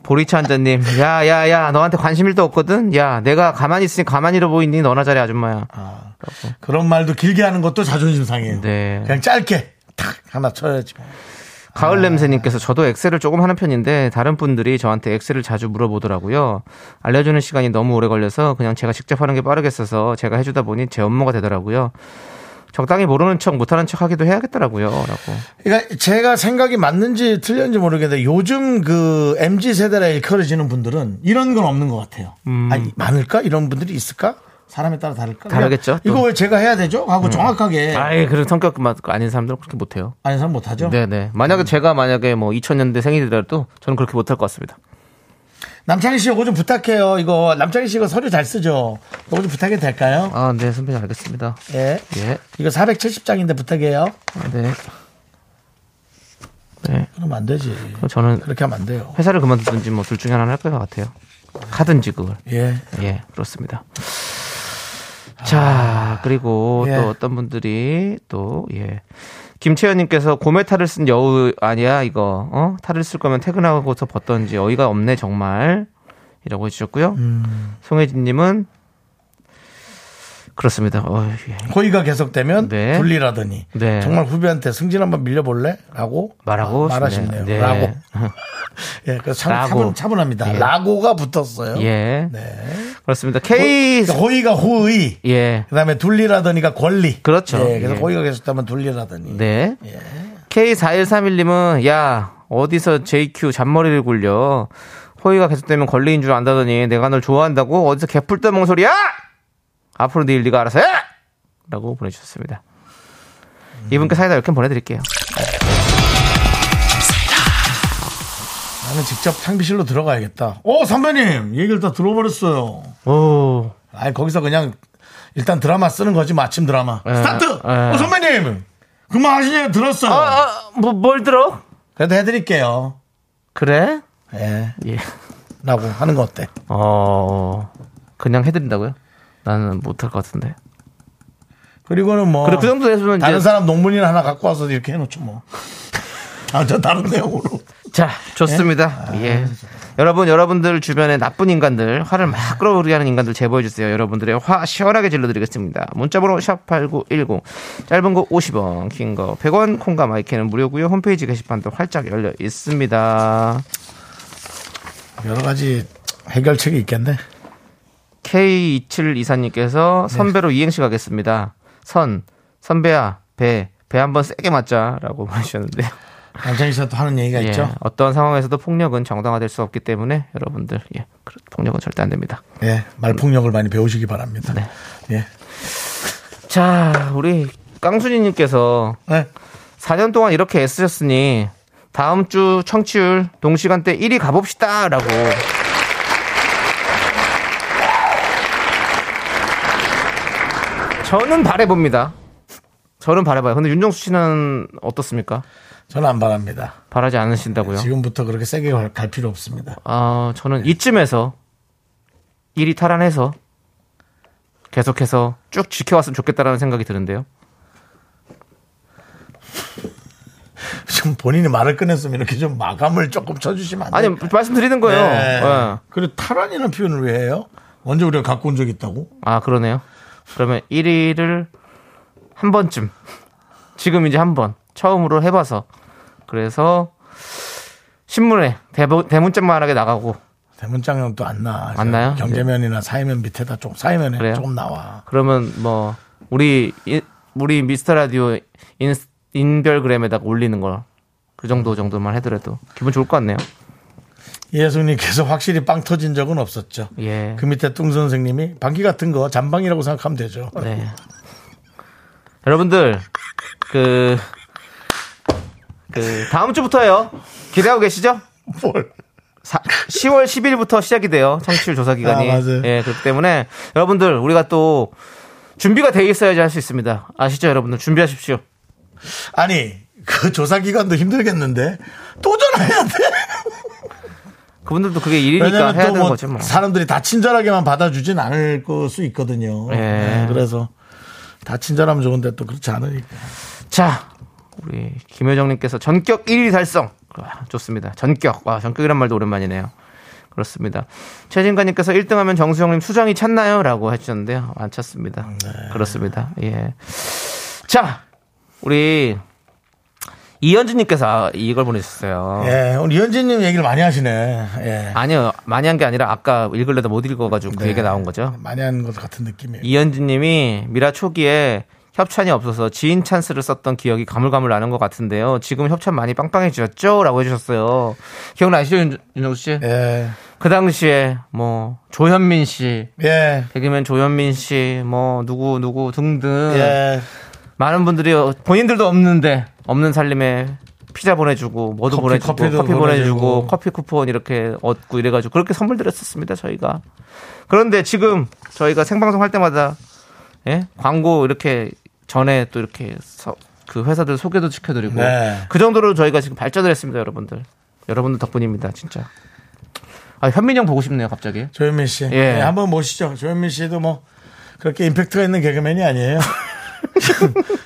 보리차 한자님. 야, 야, 야. 너한테 관심 일도 없거든. 야, 내가 가만히 있으니 가만히 잃어 보이니 너나 잘해 아줌마야. 그런 말도 길게 하는 것도 자존심 상해요. 네. 그냥 짧게 탁 하나 쳐야지. 뭐. 가을 냄새님께서 저도 엑셀을 조금 하는 편인데 다른 분들이 저한테 엑셀을 자주 물어보더라고요. 알려주는 시간이 너무 오래 걸려서 그냥 제가 직접 하는 게 빠르겠어서 제가 해주다 보니 제 업무가 되더라고요. 적당히 모르는 척 못하는 척 하기도 해야겠더라고요. 라고. 그러니까 제가 생각이 맞는지 틀렸는지 모르겠는데 요즘 그 MZ 세대라 일컬어지는 분들은 이런 건 없는 것 같아요. 아니 많을까 이런 분들이 있을까? 사람에 따라 다를까? 음. 다르겠죠, 이거 또. 음. 왜 제가 해야 되죠? 하고 정확하게 아예 그런 성격 맛 아닌 사람들은 그렇게 못해요. 아니 사람 못하죠. 네네. 만약에 제가 만약에 뭐 2000년대 생일이라도 저는 그렇게 못할 것 같습니다. 남창희 씨 이거 좀 부탁해요. 이거 남창희 씨 이거 서류 잘 쓰죠. 이거 좀 부탁해도 될까요? 아, 네, 선배님 알겠습니다. 예. 예. 이거 470장인데 부탁해요. 아, 네. 네. 그러면 안 되지. 그럼 저는 그렇게 하면 안 돼요. 회사를 그만두든지 뭐 둘 중에 하나는 할 것 같아요. 하든지 그걸. 예. 예, 그렇습니다. 자, 그리고 예. 또 어떤 분들이 또, 예. 김채연님께서 곰에 탈을 쓴 여우 아니야, 이거. 어? 탈을 쓸 거면 퇴근하고서 벗던지 어이가 없네, 정말. 이라고 해주셨고요. 음. 송혜진님은 그렇습니다. 어, 예. 호의가 계속되면 네. 분리라더니 네. 정말 후배한테 승진 한번 밀려볼래? 라고 말하고 말하시네요. 싶네요. 네. 라고 예, 그래서 참 라고. 차분, 차분합니다. 예. 라고가 붙었어요. 예. 네. 그렇습니다. K. 그러니까 호의가 호의, 예. 그다음에 둘리라더니가 권리. 그렇죠. 예, 그래서 예. 호의가 예. 계속되면 둘리라더니. 네. K4131님은 야 어디서 JQ 잔머리를 굴려 호의가 계속되면 권리인 줄 안다더니 내가 널 좋아한다고 어디서 개풀 떠먹은 소리야 앞으로 네 일 네가 알아서 해 라고 보내주셨습니다 음. 이분께 사이다 이렇게 보내드릴게요 나는 직접 탕비실로 들어가야겠다. 오 선배님 얘기를 다 들어버렸어요. 오 아니 거기서 그냥 일단 드라마 쓰는 거지 마침 드라마. 예, 스타트. 예. 어, 선배님 그만 하시냐 들었어요. 아뭐 뭘 들어 그래도 해드릴게요. 그래 예. 예어 라고 하는 거 어때? 그냥 해드린다고요 나는 못할 것 같은데 그리고는 뭐 그래 그 정도 됐으면 다른 이제 사람 논문이나 하나 갖고 와서 이렇게 해놓죠 뭐. 아, 저 다른 내용으로. 자, 좋습니다. 예. 여러분, 여러분들 주변에 나쁜 인간들, 화를 막 끌어오르게 하는 인간들 제보해 주세요. 여러분들의 화 시원하게 질러 드리겠습니다. 문자 번호 샵8910. 짧은 거 50원, 긴 거 100원, 콩과 마이크는 무료고요. 홈페이지 게시판도 활짝 열려 있습니다. 여러 가지 해결책이 있겠네. K2724님께서 선배로 이행시 가겠습니다. 선, 선배야, 배, 배 한번 세게 맞자라고 보내주셨는데요. 남창희 씨가 또 하는 얘기가 예, 네, 있죠. 어떤 상황에서도 폭력은 정당화될 수 없기 때문에 여러분들 예, 그- 폭력은 절대 안 됩니다. 예, 말폭력을 많이 배우시기 바랍니다. 네. 예. 자, 우리 깡순이님께서 네. 4년 동안 이렇게 애쓰셨으니 다음 주 청취율 동시간대 1위 가봅시다라고. 저는 바래봅니다. 저는 바래봐요. 근데 윤정수 씨는 어떻습니까? 저는 안 바랍니다. 바라지 않으신다고요? 네, 지금부터 그렇게 세게 갈, 갈 필요 없습니다. 아, 저는 이쯤에서 1위 탈환해서 계속해서 쭉 지켜왔으면 좋겠다라는 생각이 드는데요. 지금 본인이 말을 꺼냈으면 이렇게 좀 마감을 조금 쳐주시면 안 아니, 돼요? 네. 말씀드리는 거예요. 예. 그리고 탈환이라는 표현을 왜 해요? 언제 우리가 갖고 온 적 있다고? 아 그러네요. 그러면 1위를 한 번쯤 지금 이제 한 번 처음으로 해봐서 그래서 신문에 대부, 대문짝만하게 나가고 대문장은 또 안 나. 안 나요? 경제면이나 사회면 밑에다 조금 사회면에 그래요? 조금 나와. 그러면 뭐 우리 인- 우리 미스터 라디오 인, 인별그램에다가 올리는 걸 그 정도 정도만 해더라도 기분 좋을 것 같네요. 예수님께서 확실히 빵 터진 적은 없었죠. 예. 그 밑에 뚱 선생님이 방귀 같은 거 잔방이라고 생각하면 되죠. 네. 여러분들 그 그 다음 주부터예요. 기대하고 계시죠? 뭘. 사- 10월 10일부터 시작이 돼요. 청취율 조사 기간이. 아, 맞아요. 예, 그렇기 때문에 여러분들 우리가 또 준비가 돼 있어야지 할 수 있습니다. 아시죠, 여러분들? 준비하십시오. 아니, 그 조사 기간도 힘들겠는데 또 전화해야 돼. 그분들도 그게 일이니까 왜냐면 해야 되는 또뭐 거죠, 뭐. 사람들이 다 친절하게만 받아주진 않을 수 있거든요. 예. 네, 그래서 다 친절하면 좋은데 또 그렇지 않으니까. 자, 우리 김효정님께서 전격 1위 달성. 와, 좋습니다. 전격. 와, 전격이란 말도 오랜만이네요. 그렇습니다. 최진관님께서 1등 하면 정수영님 수장이 찼나요? 라고 해주셨는데요. 안 찼습니다. 그렇습니다. 예. 자, 우리 이현주님께서 아, 이걸 보내주셨어요. 예, 오늘 이현진님 얘기를 많이 하시네. 예. 아니요. 많이 한 게 아니라 아까 읽을래도 못 읽어가지고 그 얘기가 나온 거죠. 많이 하는 것 같은 느낌이에요. 이현진님이 미라 초기에 협찬이 없어서 지인 찬스를 썼던 기억이 가물가물 나는 것 같은데요. 지금 협찬 많이 빵빵해지셨죠?라고 해주셨어요. 기억나시죠, 윤- 윤정수 씨? 예. 그 당시에 뭐 조현민 씨, 예. 개그맨 조현민 씨, 뭐 누구 누구 등등 예. 많은 분들이 어, 본인들도 없는데 없는 살림에 피자 보내주고 뭐도 커피, 보내주고 커피도 커피 보내주고, 보내주고. 커피 쿠폰 이렇게 얻고 이래가지고 그렇게 선물 드렸었습니다 저희가 그런데 지금 저희가 생방송 할 때마다 예? 광고 이렇게 전에 또 이렇게 서- 그 회사들 소개도 시켜드리고 네. 그 정도로 저희가 지금 발전을 했습니다 여러분들 여러분들 덕분입니다 진짜 아 현민이 형 보고 싶네요 갑자기 조현민 씨. 네, 예. 예, 한번 모시죠. 조현민 씨도 뭐 그렇게 임팩트가 있는 개그맨이 아니에요.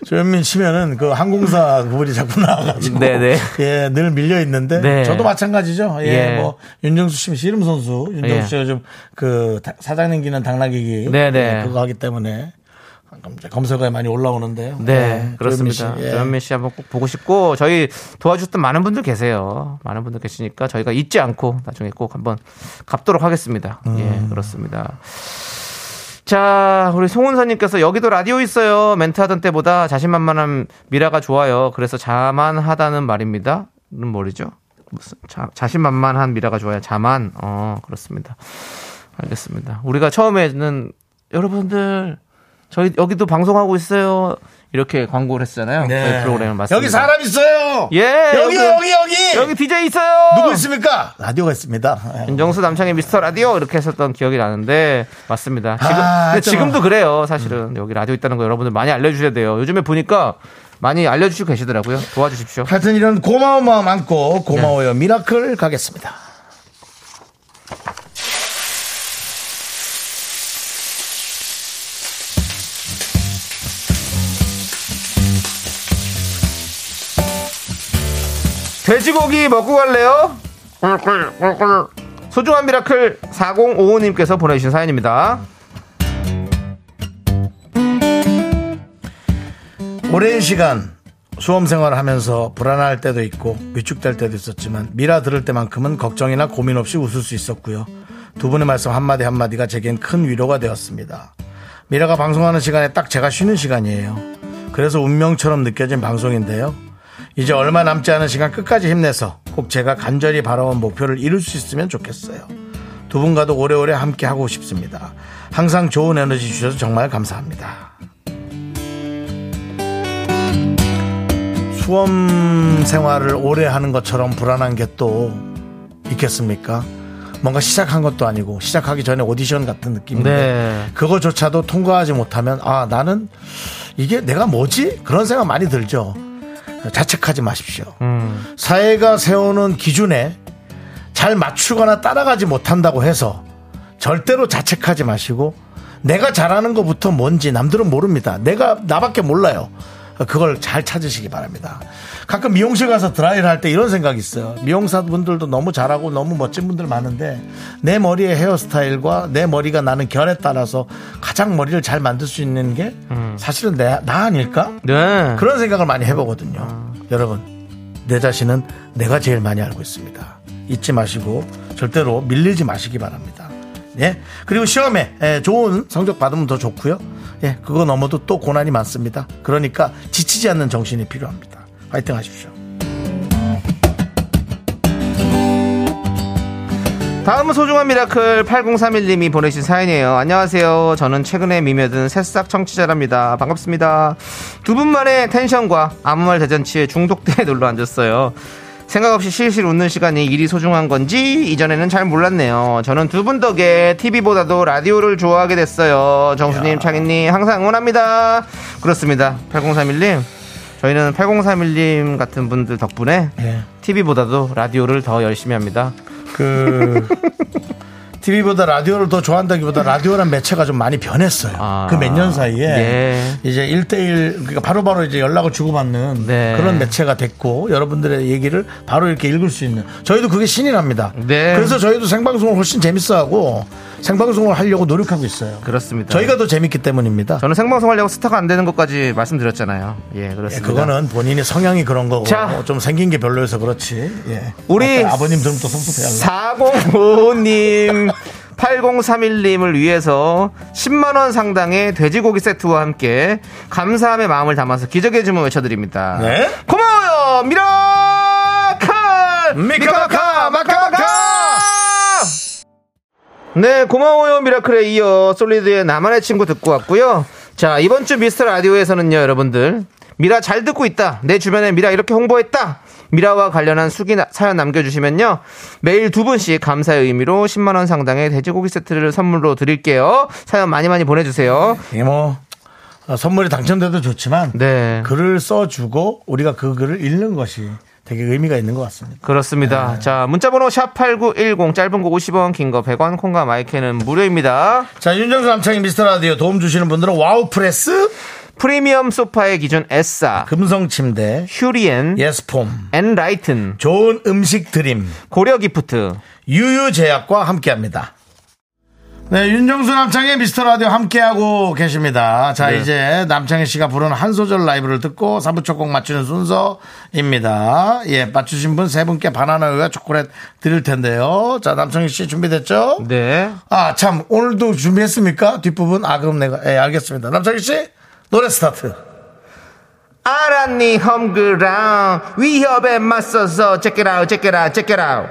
조현민 치면은 그 항공사 그분이 자꾸 나와가지고 네네. 예, 늘 밀려 있는데 네. 저도 마찬가지죠. 예, 예. 뭐 윤정수 씨 씨름 선수 윤정수 예. 씨가 좀 그 사장님 기는 당나귀기 네네. 예, 그거 하기 때문에 검색어에 많이 올라오는데요. 네, 그렇습니다. 조현민 씨, 예. 조현민 씨 한번 꼭 보고 싶고 저희 도와주셨던 많은 분들 계세요. 많은 분들 계시니까 저희가 잊지 않고 나중에 꼭 한번 갚도록 하겠습니다. 음. 예, 그렇습니다. 자, 우리 송은서님께서 여기도 라디오 있어요. 멘트하던 때보다 자신만만한 미라가 좋아요. 그래서 자만하다는 말입니다. 는 뭐죠? 무슨 자, 자신만만한 미라가 좋아요. 자만. 어, 그렇습니다. 알겠습니다. 우리가 처음에는 여러분들 저희 여기도 방송하고 있어요. 이렇게 광고를 했잖아요. 저희 프로그램을 맞습니다. 네. 여기 사람 있어요. 예, 여기 여기 여기 여기 DJ 있어요. 누구 있습니까? 라디오가 있습니다. 예. 윤정수 남창의 미스터 라디오 이렇게 했었던 기억이 나는데 맞습니다. 지금 아, 음. 근데 좀. 지금도 그래요. 사실은 여기 라디오 있다는 거 여러분들 많이 알려주셔야 돼요. 요즘에 보니까 많이 알려주시고 계시더라고요. 도와주십시오. 하여튼 이런 고마운 마음 안고 고마워요 미라클 가겠습니다. 돼지고기 먹고 갈래요? 꿀꿀, 꿀꿀. 소중한 미라클 4055님께서 보내주신 사연입니다. 오랜 시간 수험 생활을 하면서 불안할 때도 있고 위축될 때도 있었지만 미라 들을 때만큼은 걱정이나 고민 없이 웃을 수 있었고요. 두 분의 말씀 한마디 한마디가 제겐 큰 위로가 되었습니다. 미라가 방송하는 시간에 딱 제가 쉬는 시간이에요. 그래서 운명처럼 느껴진 방송인데요. 이제 얼마 남지 않은 시간 끝까지 힘내서 꼭 제가 간절히 바라온 목표를 이룰 수 있으면 좋겠어요. 두 분과도 오래오래 함께 하고 싶습니다. 항상 좋은 에너지 주셔서 정말 감사합니다. 수험 생활을 오래 하는 것처럼 불안한 게 또 있겠습니까? 뭔가 시작한 것도 아니고 시작하기 전에 오디션 같은 느낌인데 네. 그거조차도 통과하지 못하면 아 나는 이게 내가 뭐지? 그런 생각 많이 들죠. 자책하지 마십시오. 사회가 세우는 기준에 잘 맞추거나 따라가지 못한다고 해서 절대로 자책하지 마시고 내가 잘하는 것부터 뭔지 남들은 모릅니다. 내가 나밖에 몰라요. 그걸 잘 찾으시기 바랍니다. 가끔 미용실 가서 드라이를 할 때 이런 생각이 있어요. 미용사분들도 너무 잘하고 너무 멋진 분들 많은데 내 머리의 헤어스타일과 내 머리가 나는 결에 따라서 가장 머리를 잘 만들 수 있는 게 사실은 내, 나 아닐까? 네. 그런 생각을 많이 해보거든요. 여러분, 내 자신은 내가 제일 많이 알고 있습니다. 잊지 마시고 절대로 밀리지 마시기 바랍니다. 예. 그리고 시험에 예, 좋은 성적 받으면 더 좋고요. 예, 그거 넘어도 또 고난이 많습니다. 그러니까 지치지 않는 정신이 필요합니다. 화이팅 하십시오. 다음은 소중한 미라클 8031님이 보내신 사연이에요. 안녕하세요. 저는 최근에 미며든 새싹 청취자랍니다. 반갑습니다. 두 분만의 텐션과 아무 말 대잔치에 중독돼 놀러 앉았어요. 생각 없이 실실 웃는 시간이 일이 소중한 건지 이전에는 잘 몰랐네요. 저는 두 분 덕에 TV보다도 라디오를 좋아하게 됐어요. 정수님, 창희님 항상 응원합니다. 그렇습니다. 8031님. 저희는 8031님 같은 분들 덕분에 예. TV보다도 라디오를 더 열심히 합니다. 그 TV보다 라디오를 더 좋아한다기보다 라디오란 매체가 좀 많이 변했어요. 아. 그 몇 년 사이에 예. 이제 일대일 그러니까 바로바로 이제 연락을 주고받는 네. 그런 매체가 됐고 여러분들의 얘기를 바로 이렇게 읽을 수 있는 저희도 그게 신이랍니다. 네. 그래서 저희도 생방송을 훨씬 재밌어하고 생방송을 하려고 노력하고 있어요. 그렇습니다. 저희가 더 재밌기 때문입니다. 저는 생방송 하려고 스타가 안 되는 것까지 말씀드렸잖아요. 예, 예, 그렇습니다. 그거는 본인이 성향이 그런 거고 자. 좀 생긴 게 별로여서 그렇지. 예. 우리 아까 아버님 들으면 또 섭섭해요. 4055님, 8031님을 위해서 10만원 상당의 돼지고기 세트와 함께 감사함의 마음을 담아서 기적의 주문 외쳐드립니다. 네. 고마워요! 미라클! 미카마카 마카마카 네, 고마워요 미라클에 이어 솔리드의 나만의 친구 듣고 왔고요. 자, 이번 주 미스터 라디오에서는요, 여러분들. 미라 잘 듣고 있다. 내 주변에 미라 이렇게 홍보했다. 미라와 관련한 수기 나- 사연 남겨주시면요. 매일 두 분씩 감사의 의미로 10만원 상당의 돼지고기 세트를 선물로 드릴게요. 사연 많이 많이 보내주세요. 이게 뭐 어, 선물이 당첨돼도 좋지만 네. 글을 써주고 우리가 그 글을 읽는 것이 되게 의미가 있는 것 같습니다. 그렇습니다. 자, 문자번호 샵8910, 짧은 거 50원, 긴 거 100원, 콩과 마이크는 무료입니다. 자, 윤정수 남창희 미스터 라디오 도움 주시는 분들은 와우프레스, 프리미엄 소파의 기준 S사, 금성침대, 휴리엔, 그 예스폼, 엔라이튼, 좋은 음식 드림, 고려 기프트. 유유제약과 함께합니다. 네, 윤정수 남창의 미스터 라디오 함께하고 계십니다. 자, 이제 남창희 씨가 부른 한 소절 라이브를 듣고 3부 첫 곡 맞추는 순서입니다. 예, 맞추신 분 세 분께 바나나우유와 초콜릿 드릴 텐데요. 자, 남창희 씨 준비됐죠? 네. 아, 참, 오늘도 준비했습니까? 뒷부분? 아, 그럼 내가, 예, 알겠습니다. 남창희 씨, 노래 스타트. 아란니 험그랑 위협에 맞서서 제끼라우 제끼라 제끼라우.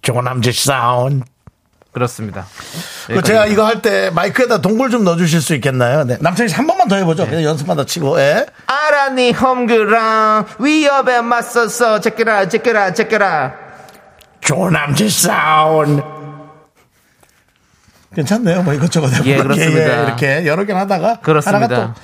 조남지 사운드. 그렇습니다. 그 제가 이거 할 때 마이크에다 동굴 좀 넣어주실 수 있겠나요? 네. 남창희 씨 한 번만 더 해보죠. 그냥 연습만 더 치고, 예. 아란니 험그랑 위협에 맞서서 제끼라 제끼라 제끼라. 조남지 사운. 괜찮네요. 뭐 이것저것 해보고. 예, 그렇습니다. 이렇게 여러 개 하다가 하나가 그렇습니다.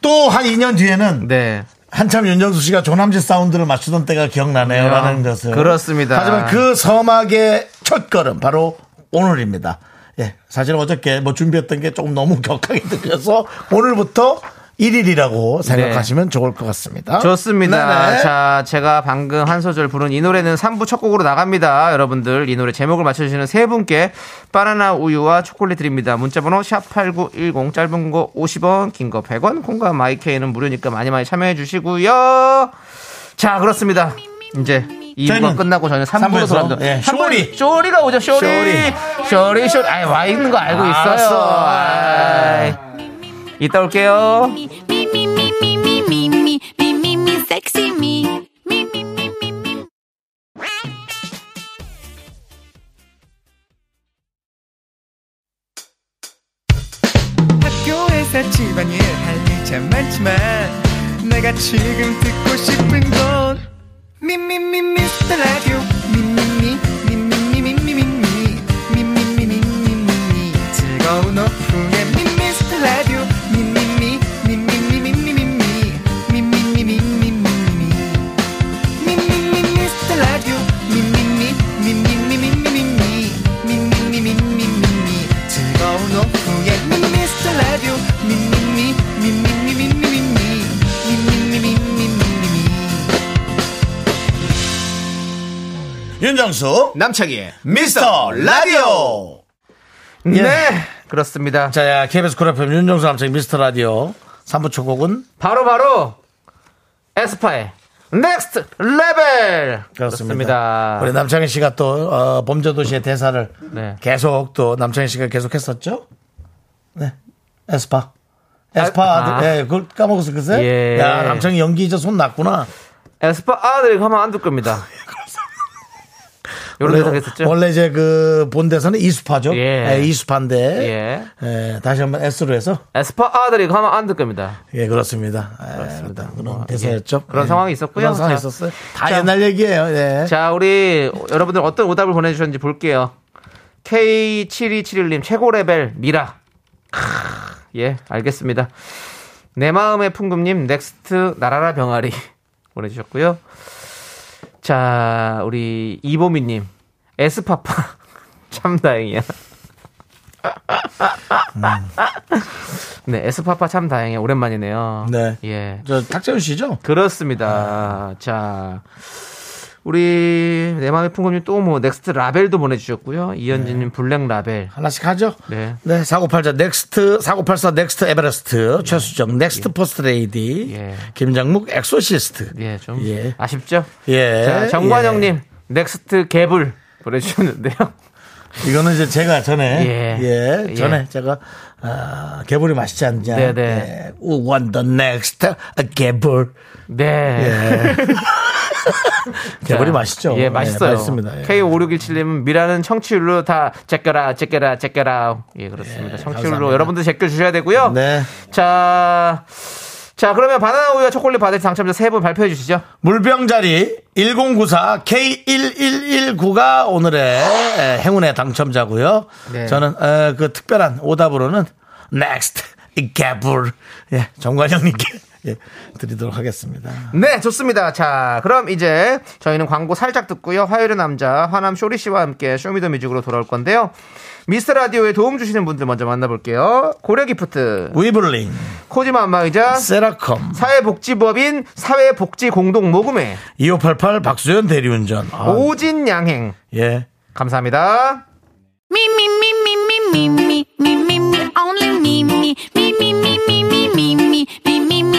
또 한 2년 뒤에는 네. 한참 윤정수 씨가 조남지 사운드를 맞추던 때가 기억나네요라는 그래요. 것을 그렇습니다. 하지만 그 서막의 첫 걸음 바로 오늘입니다. 예, 사실 어저께 뭐 준비했던 게 조금 너무 격하게 느껴서 오늘부터 1일이라고 생각하시면 좋을 것 같습니다. 네. 좋습니다. 어? 네네. 자, 제가 방금 한 소절 부른 이 노래는 3부 첫 곡으로 나갑니다. 여러분들, 이 노래 제목을 맞춰주시는 세 분께 바나나 우유와 초콜릿 드립니다. 문자번호 샵8910, 짧은 거 50원, 긴 거 100원, 콩과 마이케이는 무료니까 많이 많이 참여해 주시고요. 자, 그렇습니다. 이제 2부가 저희는 끝나고 저는 3부로 삼부에서, 돌아옵니다. 예, 쇼리. 쇼리가 오죠, 쇼리. 쇼리. 쇼리, 쇼리. 아이, 와 있는 거 알고 있어요. 알았어. 아이. 이따 올게요. 미미미미미미미미미 섹시 미 미미미미미 학교에서 집안일 할 일 참 많지만 내가 지금 듣고 싶은 건 미미미 미스터 라디오 미미미 미미미 미미미 미미미 미미미 즐거운 오후에 미스터 라디오 미미미 미미미 미미미 미미미 미미미 미미미 미스터 라디오 미미미 미미미 미미미 미미미 미미미 즐거운 오후에 미스터 라디오 미미미 미미미 미미미 미미미 미미미 윤정수 남창희의 미스터 라디오. 네. 그렇습니다. 자, 야, KBS 쿨 FM 윤정수 남창 미스터 라디오 3부 초곡은 바로 바로 에스파의 넥스트 레벨 그렇습니다. 우리 남창희 씨가 또 어, 범죄도시의 대사를 네. 계속 또 남창희 씨가 계속 했었죠. 네, 에스파. 에스파 아, 아들, 예, 그걸 까먹었어 글쎄. 예. 야, 남창희 연기 이제 손 났구나. 에스파 아들 가면 안 둘 겁니다. 요런 대사 했었죠. 원래 이제 그 본대사는 이수파죠. 예. 예, 이수파인데. 예. 예, 다시 한번 S로 해서. 에스파 아들이 가면 안 둘 겁니다. 예, 그렇습니다. 예, 어떤 그런 대사였죠. 뭐, 그런 예. 상황이 있었고요. 그런 상황이 자, 있었어요. 다 자, 옛날 얘기예요. 예. 자, 우리 여러분들 어떤 오답을 보내주셨는지 볼게요. K7271님 최고 레벨 미라. 크, 예, 알겠습니다. 내 마음의 풍금님 넥스트 나라라 병아리 보내주셨고요. 자, 우리 이보미님 에스파파 참 다행이야. 네, 에스파파 참 다행이야. 오랜만이네요. 네. 예. 저 탁재훈 씨죠? 그렇습니다. 자, 우리 내 마음의 풍금님 또 뭐 넥스트 라벨도 보내주셨고요. 이현진님 네. 블랙 라벨. 하나씩 하죠? 네. 네, 4984 넥스트, 4984 넥스트 에베레스트, 최수정 넥스트 포스트 레이디, 예. 김장묵 엑소시스트. 예, 좀 예. 아쉽죠? 예. 자, 정관영님 넥스트 개불 보내주셨는데요. 예. 이거는 이제 제가 전에, 예, 예. 전에 예. 제가, 아, 개불이 맛있지 않냐. 네, 네. 예. We want the next 개불. 네. 예. 개불이 자, 맛있죠? 예, 맛있어요. 맛있습니다. 예. K5617님은 미라는 청취율로 다 제껴라, 제껴라, 제껴라. 예, 그렇습니다. 청취율로 감사합니다. 여러분들 제껴주셔야 되고요. 네. 자, 자, 그러면 바나나 우유와 초콜릿 받을 당첨자 세 분 발표해 주시죠. 물병자리 1094 K1119가 오늘의 에, 행운의 당첨자고요. 네. 저는 에, 그 특별한 오답으로는 넥스트 개불 예, 정관영님께 예, 드리도록 하겠습니다. 네, 좋습니다. 자, 그럼 이제 저희는 광고 살짝 듣고요. 화요일의 남자, 화남 쇼리 씨와 함께 쇼미더뮤직으로 돌아올 건데요. 미스 라디오에 도움 주시는 분들 먼저 만나볼게요. 고려 기프트, 위블링, 코지마 안마의자, 세라컴, 사회복지법인 사회복지공동모금회, 2588 박수현 대리운전. 아, 오진 양행. 예. 감사합니다. Me, me, me, me, me, me, me, me, me, me, only me, me, me, me, me, me, me, me, me, me, me, me,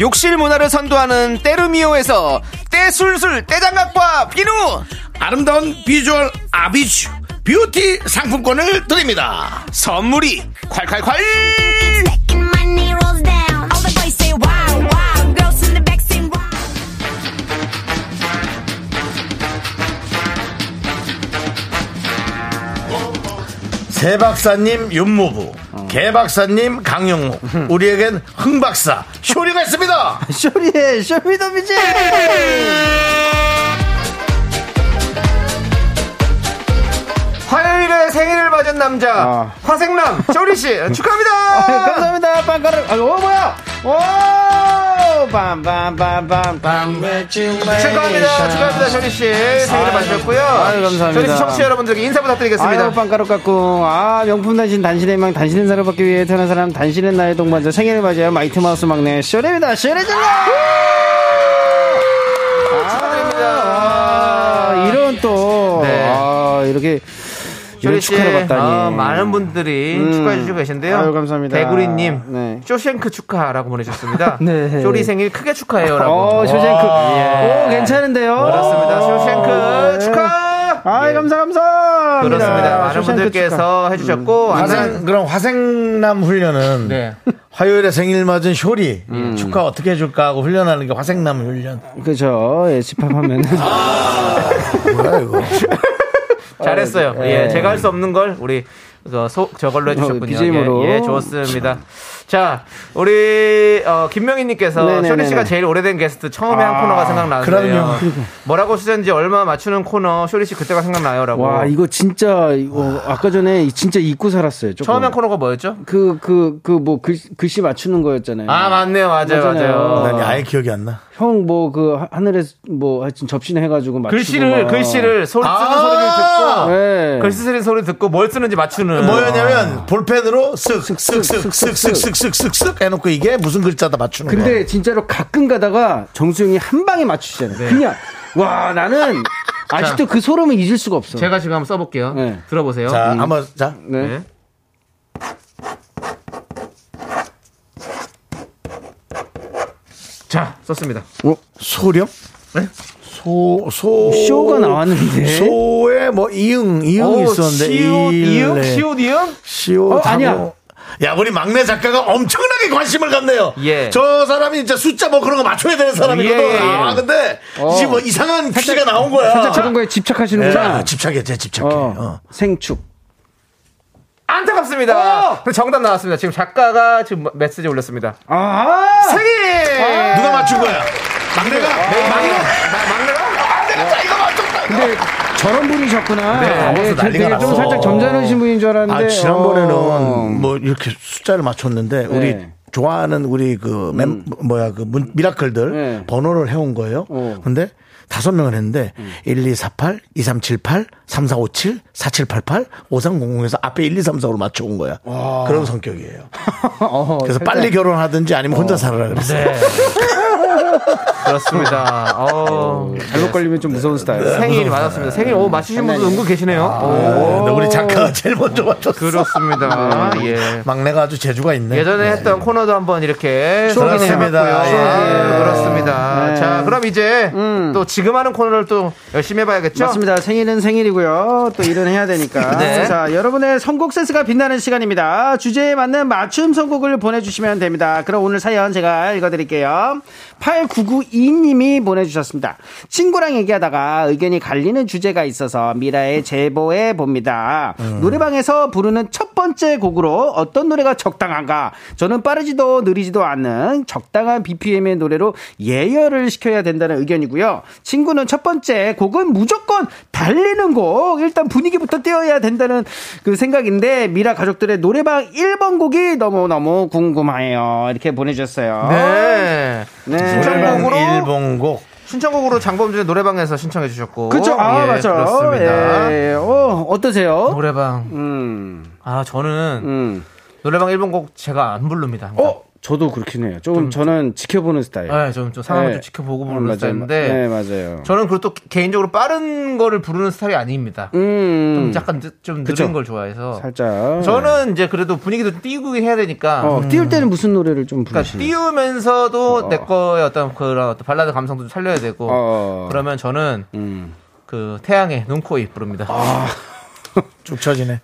욕실 문화를 선도하는 때르미오에서 때술술 때장갑과 비누 아름다운 비주얼 아비쥬 뷰티 상품권을 드립니다. 선물이 콸콸콸 Second my knee rolls down. All the boys say wow, wow. Girls in the back say wow. 세 박사님 윤무부, 개 박사님 강영욱, 우리에겐 흥 박사 쇼리가 있습니다. 쇼리의 쇼미더뮤직 화요일에 생일을 맞은 남자 화생남 쇼리씨 축하합니다 아. 감사합니다. 빵가루. 아유, 어, 뭐야? 오! 빰빰빰빰빰. 축하합니다 축하합니다 쇼리씨 생일을 맞으셨고요 네. 아, 아유, 감사합니다. 쇼리씨 청취자 여러분들에게 인사 부탁드리겠습니다 아유, 빵가루 깎고. 아, 명품 단신, 단신의 망, 단신의 사를 받기 위해 태어난 사람, 단신의 나의 동반자, 생일을 맞이한 마이트 마우스 막내, 쇼레입니다. 쇼레잖아! 아, 이런 또, 네. 아, 이렇게. 이런 조리 씨, 축하를 받다니. 어, 많은 분들이 음. 축하해 주시고 계신데요. 아유, 감사합니다. 대구리님, 네. 쇼생크 축하라고 보내주셨습니다. 네. 쇼리 생일 크게 축하해요라고. 아, 네. 어, 쇼생크. 예. 어, 오, 괜찮은데요? 어, 네. 그렇습니다. 오, 쇼생크 축하. 아, 예. 감사 감사. 그렇습니다. 많은 분들께서 해주셨고 항상 화생 그럼 화생남 훈련은 네. 화요일에 생일 맞은 쇼리 축하 어떻게 해줄까 하고 훈련하는 게 화생남 훈련. 그죠. 예, 집합하면 뭐야 이거? 잘했어요. 예. 예, 제가 할 수 없는 걸 우리 저 소, 저걸로 해주셨군요. 어, BGM 으로. 예, 예, 좋았습니다. 자, 우리 어, 김명희님께서 네네네네. 쇼리 씨가 제일 오래된 게스트 처음에 한 코너가 생각나는데요. 그럼요. 뭐라고 쓰는지 얼마 맞추는 코너 쇼리 씨 그때가 생각나요라고. 와, 이거 진짜 이거 아까 전에 진짜 잊고 살았어요. 조금. 처음에 한 코너가 뭐였죠? 그그 그 뭐 글씨 맞추는 거였잖아요. 아 맞네요, 맞아요, 맞잖아요. 맞아요. 난 아예 기억이 안 나. 형 뭐 그 하늘에 뭐 하여튼 접시나 해가지고 맞추고 글씨를 막. 글씨를 소리 쓰는 소리를 듣고 예. 글씨 쓰는 소리 듣고 뭘 쓰는지 맞추는. 아, 뭐였냐면 볼펜으로 쓱쓱쓱쓱쓱쓱쓱쓱쓱 해놓고 이게 무슨 글자다 맞추는 거. 근데 진짜로 가끔 가다가 정수영이 한 방에 맞추시잖아요. 네. 그냥 와 나는 아직도 그 소름을 잊을 수가 없어. 제가 지금 한번 써볼게요. 네. 들어보세요. 자 한번 자 네. 네. 자 썼습니다. 소령? 네? 소소 쇼가 나왔는데. 소에 뭐 이응 이응 있었는데 시옷 이응 일레, 네. 시옷 이응 시옷 어, 하고. 아니야. 야 우리 막내 작가가 엄청나게 관심을 갖네요. 예. 저 사람이 진짜 숫자 뭐 그런 거 맞춰야 되는 사람이거든. 예, 예, 예. 아 근데 이제 뭐 이상한 퀴즈가 나온 거야. 어. 살짝 그런 거에 예, 집착하시는구나. 집착해, 제 집착해. 어, 어. 생축. 안타깝습니다. 근데 정답 나왔습니다. 지금 작가가 지금 메시지 올렸습니다. 아, 생일. 누가 맞춘 거야? 막내가 어. 막내 근데 저런 분이셨구나. 네, 예, 난리가 되게 났어. 좀 살짝 점잖으신 분인 줄 알았는데. 아, 지난번에는 어. 뭐 이렇게 숫자를 맞췄는데 네. 우리 좋아하는 우리 그 멤, 뭐야 그 문- 미라클들 음. 네. 번호를 해온 거예요. 어. 음. 근데 다섯 명을 했는데 1, 2, 4, 8, 2, 3, 7, 8, 3, 4, 5, 7, 4, 7, 8, 8, 5, 3, 0, 0에서 앞에 1, 2, 3, 4로 맞춰온 거야. 그런 성격이에요. 어, 그래서 살짝- 네. 빨리 결혼하든지 아니면 혼자 살아라 그랬어. 요 그렇습니다. 어. 잘못 걸리면 좀 무서운 스타일. 생일 맞았습니다. 생일 오 맞히신 분도 은근 계시네요. 오. 어. 근데 우리 작가가 제일 먼저 맞췄어. 그렇습니다. 예. 막내가 아주 재주가 있네. 예전에 했던 코너도 한번 이렇게 소개해 그렇습니다. 봤고요. 예. 네. 그렇습니다. 자, 그럼 이제 또 지금 하는 코너를 또 열심히 해봐야겠죠? 음. 맞습니다. 생일은 생일이고요. 또 일은 해야 되니까. 네. 자, 여러분의 선곡 센스가 빛나는 시간입니다. 주제에 맞는 맞춤 선곡을 보내주시면 됩니다. 그럼 오늘 사연 제가 읽어드릴게요. 8992님이 보내주셨습니다. 친구랑 얘기하다가 의견이 갈리는 주제가 있어서 미라에 제보해 봅니다. 음. 노래방에서 부르는 첫 번째 곡으로 어떤 노래가 적당한가? 저는 빠르지도 느리지도 않는 적당한 BPM의 노래로 예열을 시켜야 된다는 의견이고요. 친구는 첫 번째 곡은 무조건 달리는 곡, 일단 분위기부터 띄어야 된다는 그 생각인데 미라 가족들의 노래방 1번 곡이 너무너무 궁금해요. 이렇게 보내주셨어요. 네. 네. 노래방. 신청곡으로? 일본곡 신청곡으로 장범준의 노래방에서 신청해 주셨고. 그쵸? 아, 예, 맞죠. 그렇습니다. 예. 어, 어떠세요? 노래방. 음, 아, 저는 음. 노래방 일본 곡 제가 안 부릅니다. 어? 저도 그렇긴 해요. 조금 저는 지켜보는 스타일. 네, 저는 좀 상황을 네. 좀 지켜보고 음, 부르는 맞아요. 스타일인데. 네, 맞아요. 저는 그리고 또 개인적으로 빠른 거를 부르는 스타일이 아닙니다. 음, 좀 약간 늦- 좀 느린 그쵸. 걸 좋아해서. 살짝. 저는 이제 그래도 분위기도 좀 띄우긴 해야 되니까. 네. 어, 띄울 때는 무슨 노래를 좀 그러니까 부르시나요? 띄우면서도 어. 내 거의 어떤 그런 어떤 발라드 감성도 좀 살려야 되고. 어. 그러면 저는 음. 아, 그 태양의 눈코입 부릅니다. 쭉 쳐지네.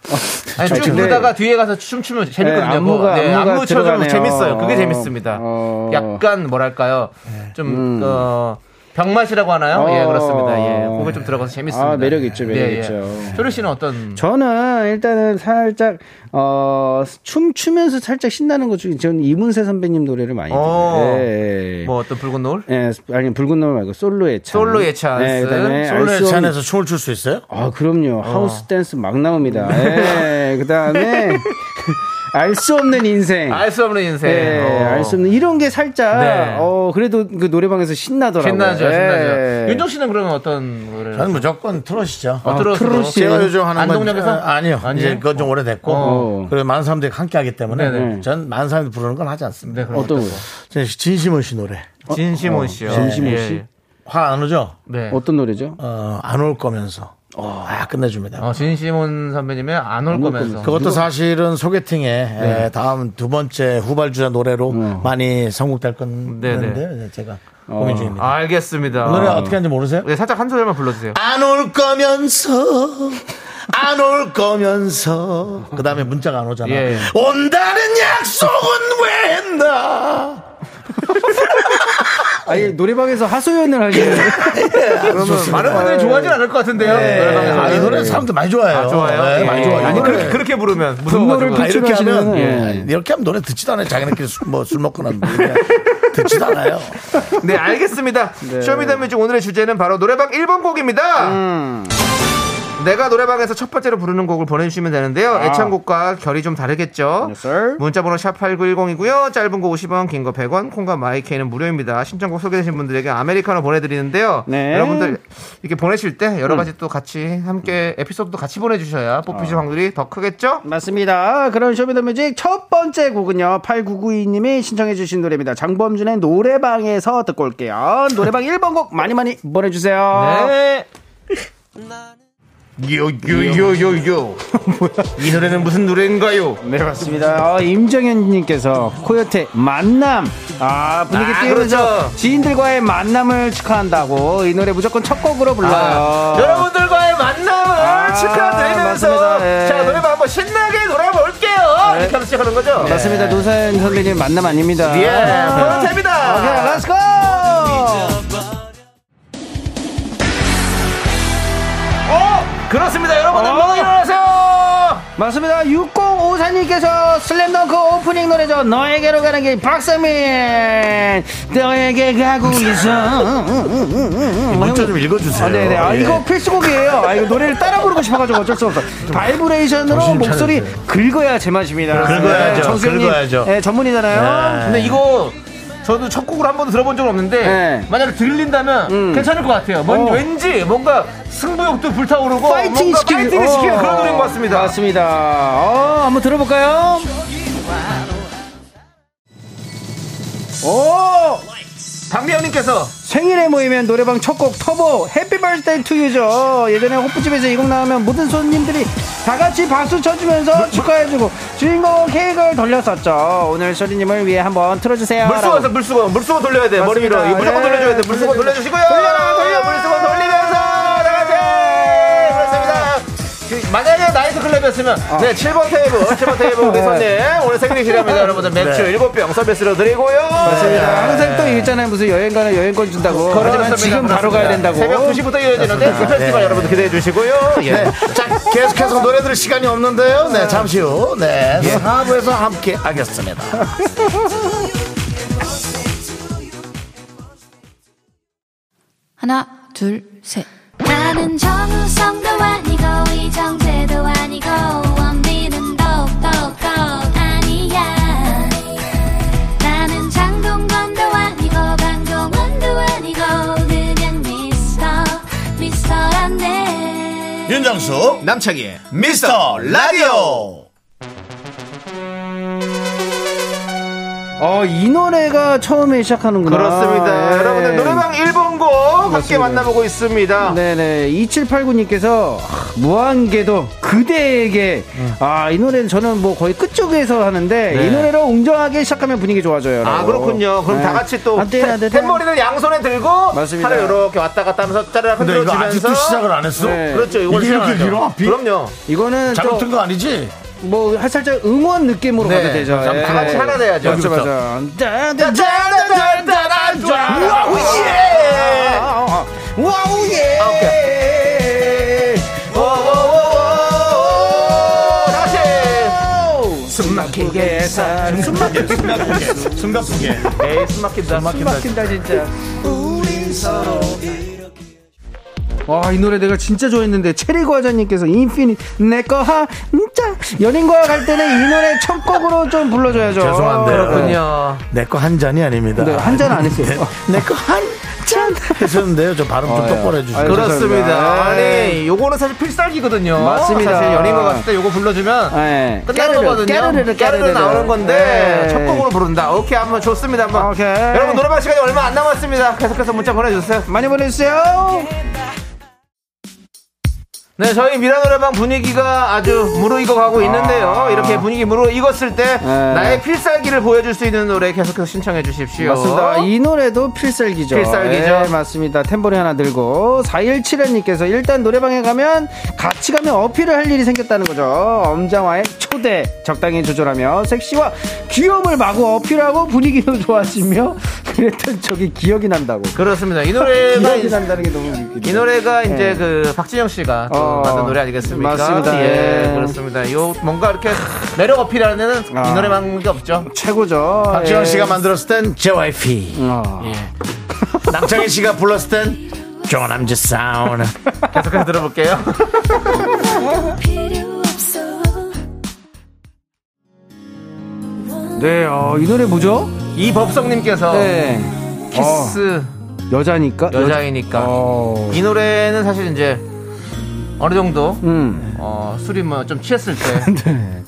아니, 쭉 근데- 부르다가 뒤에 가서 춤추면 재밌거든요. 네, 그거. 안무가- 안무가 안무처럼 들어가네요. 재밌어요. 그게 어. 재밌습니다. 어. 약간 뭐랄까요? 좀 음. 어, 병맛이라고 하나요? 어. 예, 그렇습니다. 예, 곡에 좀 들어가서 재밌습니다. 아, 매력 있죠, 매력 예, 예. 있죠. 효리 씨는 어떤? 저는 일단은 살짝 어, 춤 추면서 살짝 신나는 것 중에 저는 이문세 선배님 노래를 많이 어. 들어요. 예, 예. 뭐 어떤 붉은 노을? 예, 아니 붉은 노을 말고 솔로의 찬. 솔로의 찬스. 예, 그다음에 솔로의 알수 없는- 찬에서 춤을 출 수 있어요? 아, 그럼요. 하우스 댄스 막 나옵니다. 예. 그다음에 알 수 없는 인생. 알 수 없는 인생. 예, 어. 알 수 없는 이런 게 살짝 네. 어 그래도 그 노래방에서 신나더라고요. 신나죠, 예. 신나죠. 윤정 씨는 그러면 어떤 노래를? 저는 무조건 트롯이죠. 어, 트로트. 트로트요? 제가 요즘 하는 안동역에서? 건 어, 아니요. 이제 그건 좀 오래됐고 어. 그리고 많은 사람들이 함께 하기 때문에 네네. 전 많은 사람들이 부르는 건 하지 않습니다. 네, 그럼 어떤 거? 저는 진심원 씨 노래 진심원 씨요. 예, 진심원 씨? 화 안 오죠? 네. 어떤 노래죠? 어, 안 올 거면서 아 끝내줍니다. 어, 진심원 선배님의 안 올 거면서. 그것도 사실은 소개팅에 에, 다음 두 번째 후발주자 노래로 많이 선곡될 건데 네네. 아. 제가 고민 중입니다. 알겠습니다. 그 노래 어떻게 아, 하는지 모르세요? 네, 살짝 한 소절만 불러주세요. 안 올 거면서 안 올 거면서 그 다음에 문자가 안 오잖아 예. 온다는 약속은 왜 했나 아예 노래방에서 하소연을 하시는 그러면 많은 분들이 좋아하진 않을 것 같은데요. 노래방에서. 아, 이 노래 사람들 많이 좋아해요 예. 아, 좋아요. 네, 예. 많이 좋아해요 아니 이 그렇게 그렇게 부르면 무서워가지고. 아, 분노를 이렇게 하면 표출하면은, 예. 이렇게 하면 노래 듣지도 않아요 자기네끼리 술, 뭐, 술 먹거나 뭐 그냥 듣지도 않아요 네, 알겠습니다. 쇼미더뮤직 오늘의 주제는 바로 노래방 1번 곡입니다. 내가 노래방에서 첫 번째로 부르는 곡을 보내주시면 되는데요. 애창곡과 결이 좀 다르겠죠? Yes, sir. 문자번호 샵8910이고요. 짧은 거 50원, 긴 거 100원, 콩과 마이케이는 무료입니다. 신청곡 소개되신 분들에게 아메리카노 보내드리는데요. 네. 음. 여러분들 이렇게 보내실 때 여러 가지 또 같이 함께 에피소드도 같이 보내주셔야 어. 뽑히실 확률이 더 크겠죠? 맞습니다. 아, 그런 쇼미더뮤직 첫 번째 곡은요. 8992님이 신청해 주신 노래입니다. 장범준의 노래방에서 듣고 올게요. 노래방 1번 곡 많이 많이 보내주세요. 네. 요요요요요 이 노래는 무슨 노래인가요? 네, 맞습니다. 어, 임정현님께서 코요태 만남. 아, 분위기 아, 띄우면서 그렇죠. 지인들과의 만남을 축하한다고 이 노래 무조건 첫 곡으로 불러요. 아, 여러분들과의 만남을 아, 축하드리면서 맞습니다. 예. 네. 자 노래방 한번 신나게 놀아볼게요 이렇게 하면서 시작하는 거죠 맞습니다. 노사연 선배님 만남 아닙니다. 예 아, 오케이, 포르테입니다 렛츠고! 어, 그렇습니다 여러분들 어. 모두 일어나세요 맞습니다. 6054님께서 슬램덩크 오프닝 노래죠. 너에게로 가는 길 박서민. 너에게 가고 있어. 문자 좀 읽어주세요 아, 네네. 아, 예. 이거 필수곡이에요. 아, 이거 노래를 따라 부르고 싶어가지고 어쩔 수 없어. 바이브레이션으로 정신 목소리 차려주세요. 긁어야 제맛입니다. 네, 긁어야죠. 정수영님, 긁어야죠. 네. 예, 전문이잖아요. 근데 이거 저도 첫 곡을 한 번도 들어본 적은 없는데 네. 음. 만약에 들린다면 괜찮을 것 같아요 뭔, 어. 왠지 뭔가 승부욕도 불타오르고 파이팅 어, 뭔가 시키는, 파이팅 시키는 어. 그런 노래인 것 같습니다 맞습니다. 어, 한번 들어볼까요? 오! 박미영님께서 생일에 모이면 노래방 첫 곡 터보 해피 발데이 투유죠 예전에 호프집에서 이 곡 나오면 모든 손님들이 다 같이 박수 쳐주면서 축하해주고 주인공 케이크를 돌렸었죠. 오늘 쇼리님을 위해 한번 틀어주세요. 라고. 물수건에서 물수건 물수건 돌려야 돼 머리 위로 맞습니다. 이거 무조건 예. 돌려줘야 돼 물수건 돌려주시고요 돌려라, 돌려. 물수건 돌리면서 나가지 예, 그렇습니다 그, 만약에 나이트 클럽이었으면 네 7번 테이블 7번 테이블 우리 손님 오늘 생일이랍니다 여러분들 맥주 7병 서비스로 드리고요 네. 아, 항상 또 있잖아요. 무슨 여행 가나 여행권 준다고. 그렇습니다. 하지만 지금 바로 그렇습니다. 가야 된다고. 새벽 2시부터 이어지는데 그 페스티벌 여러분들 기대해 주시고요 예. 네. 자, 계속해서 노래 들을 시간이 없는데요. 네, 잠시 후. 네. 사부에서 함께 하겠습니다. 하나, 둘, 셋. 나는 정우성도 아니고 이정재도 아니고 원빈은 더욱더 아니야 나는 장동건도 아니고 강동원도 아니고 그냥 미스터 미스터란데 윤정수, 남창희, 미스터 라디오. 어, 이 노래가 처음에 시작하는구나. 그렇습니다 예. 여러분들 노래방 1번 곡 함께 맞습니다. 만나보고 있습니다 네네. 2789님께서 무한궤도 그대에게. 음. 아, 이 노래는 저는 뭐 거의 끝쪽에서 하는데 이 노래로 웅장하게 시작하면 분위기 좋아져요. 네. 아 라고. 그렇군요. 그럼 네. 다 같이 또 안 돼, 안 돼, 안 돼. 템머리를 양손에 들고 맞습니다. 팔을 이렇게 왔다 갔다 하면서 짜르르 근데 이거 아직도 흔들어주면서 시작을 안 했어? 네. 그렇죠. 이걸 이게 이렇게 시작하죠. 길어? 앞이? 그럼요. 이거는 잘못 든 거 아니지? 좀뭐 살짝 응원 느낌으로 네. 가도 되죠. 다 같이 하나 돼야죠. 예. 맞아 여기부터. 맞아. 짠, 짠, 와우 예. 아, 와우 예. 아, 오오오오. 어, 다시. 숨막히게 살. 숨가쁘게. 에이 숨 막힌다. 숨 막힌다 진짜. 와, 이 노래 내가 진짜 좋아했는데, 체리과자님께서 인피니, 내꺼 하, 진짜. 연인과 갈 때는 이 노래 첫 곡으로 좀 불러줘야죠. 죄송한데요. 그렇군요. 내 거 한 잔이 아닙니다. 네, 한잔안 했어요. 내 거 한 잔 했었는데요. 저 발음 좀 아, 똑바로 예. 해주세요. 아이고, 그렇습니다. 네. 죄송합니다. 아니 요거는 사실 필살기거든요. 맞습니다. 사실 연인과 갔을 때 요거 불러주면 네. 끝나는 거거든요. 깨르르, 깨르르. 나오는 건데 네. 첫 곡으로 부른다. 오케이 한번 좋습니다. 한번 오케이. 여러분 노래방 시간이 얼마 안 남았습니다. 계속해서 문자 보내주세요. 많이 보내주세요. 네, 저희 미라 노래방 분위기가 아주 무르익어 가고 있는데요. 이렇게 분위기 무르익었을 때 나의 필살기를 보여줄 수 있는 노래 계속해서 신청해 주십시오. 맞습니다. 이 노래도 필살기죠. 필살기죠. 예, 맞습니다. 템버리 하나 들고 4171님께서 일단 노래방에 가면 같이 가면 어필을 할 일이 생겼다는 거죠. 엄장화의 초대 적당히 조절하며 섹시와 귀여움을 마구 어필하고 분위기도 좋아지며 그랬던 적이 기억이 난다고. 그렇습니다. 이 노래가 기억이 난다는 게 너무 웃기네. 이 노래가 이제 그 박진영 씨가 또 어, 만든 노래 아니겠습니까? 맞습니다. 예, 예. 그렇습니다. 요 뭔가 이렇게 매력 어필하는 데는 아. 이 노래만밖에 없죠. 최고죠. 박지원 예. 씨가 만들었을 땐 JYP. 어. 남창희 씨가 불렀을 땐 John, I'm just sound. 계속해서 들어볼게요. 필요 없어 네, 어, 이 노래 뭐죠? 이법성님께서 네. 어. 키스 여자니까. 어. 여자이니까 어. 이 노래는 사실 이제 어느 정도 음. 어, 술이 뭐 좀 취했을 때 네.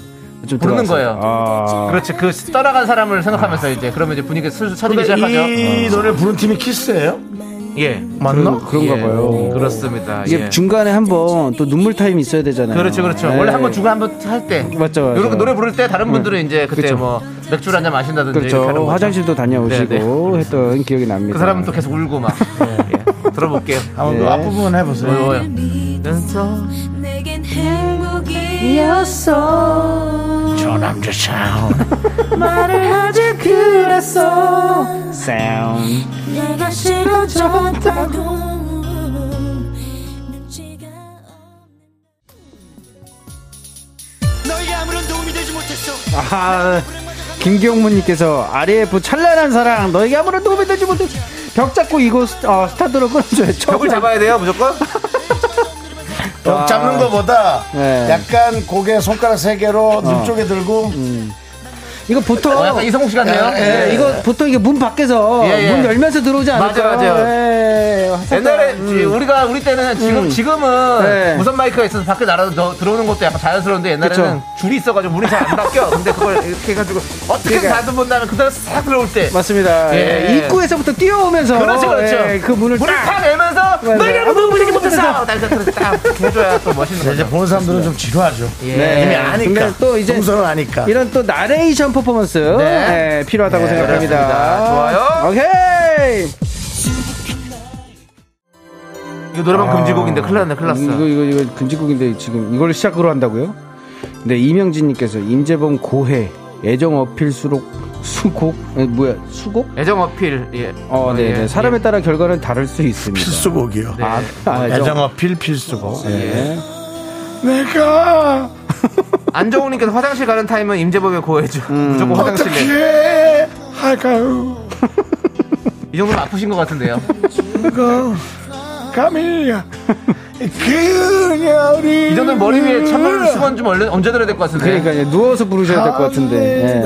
좀 부르는 들어왔어요. 거예요. 아. 그렇지 그 떠나간 사람을 생각하면서 이제 그러면 이제 분위기 슬슬 근데 쳐지기 시작하죠. 어. 이 노래 부른 팀이 키스예요? 예 맞나? 그런가 예. 봐요. 그렇습니다. 이게 예. 중간에 한번 또 눈물 타임 있어야 되잖아요. 그렇죠 그렇죠. 네. 원래 한번 주고 한번 할 때. 맞죠, 맞죠. 이렇게 노래 부를 때 다른 분들은 이제 그때 그렇죠. 뭐 맥주를 한잔 마신다든지 이렇게 하는 그렇죠. 거죠. 화장실도 다녀오시고 네, 네. 했던 기억이 납니다. 그 사람은 또 계속 울고 막 예. 들어볼게요. 한번 그 네. 앞부분 해보세요. 뭐요? 내겐 행복이었어 John, I'm just sound. 말을 하지 그랬어 사운드. 내가 싫어졌다고 아, 김경문님께서 RF 찬란한 사랑 너에게 아무런 도움이 되지 못해 벽 잡고 이곳 스- 어, 스타드로 끊어줘요. 벽을 잡아야 돼요 무조건. 벽 잡는 거보다 네. 약간 고개 손가락 세 개로 눈 쪽에 들고 이거 보통 어, 약간 이성국 씨 같네요. 예, 이거 보통 이게 문 밖에서 예, 예. 문 열면서 들어오지 않을까요? 맞아, 맞아. 예, 맞아요. 옛날에 지- 우리가 우리 때는 지금 지금은 음. 네. 무선 마이크가 있어서 밖에 날아서 더- 들어오는 것도 약간 자연스러운데 옛날에는 줄이 있어가지고 물이 잘 안 닦여. 근데 그걸 이렇게 해가지고 어떻게 그러니까. 받은 다음에 그대로 싹 들어올 때 맞습니다. 예. 예, 입구에서부터 뛰어오면서 그렇죠 그렇죠. 예, 그 문을 문을 딱 팍 내면서 맞아요. 너희가 아무도 아무도 움직이지 움직이지 못했어. 못했어. 딱 이렇게 딱 이렇게 해줘야 또 멋있는 이제 거죠. 보는 사람들은 좀 지루하죠. 예. 이미 근데 아니까. 또 이제 동선을 아니까. 이런 또 나레이션 퍼포먼스 네. 예, 필요하다고 네, 생각합니다. 그렇습니다. 좋아요. 오케이. 이거 아. 노래방 금지곡인데 큰일 났네 큰일 났어. 이거 이거 이거 금지곡인데 지금 이걸 시작으로 한다고요? 네 이명진님께서 임재범 고해 애정 어필 수록 수곡 에, 뭐야 수곡? 애정 어필 예. 어, 네, 예, 네. 예. 사람에 따라 결과는 다를 수 있습니다. 필수곡이요. 네. 아, 아, 애정. 애정 어필 예. 필수곡. 네. 내가 안정우님께서 화장실 가는 타임은 임재범의 고해죠. 음. 무조건 화장실에. 어떻게 할까요? 이 정도면 아프신 것 같은데요. 감히 그녀를 이 정도면 머리 위에 찬물 수건 좀 얼른 얹어 드려야 될 것 같은데. 그러니까 이제 누워서 부르셔야 될 것 같은데. 예.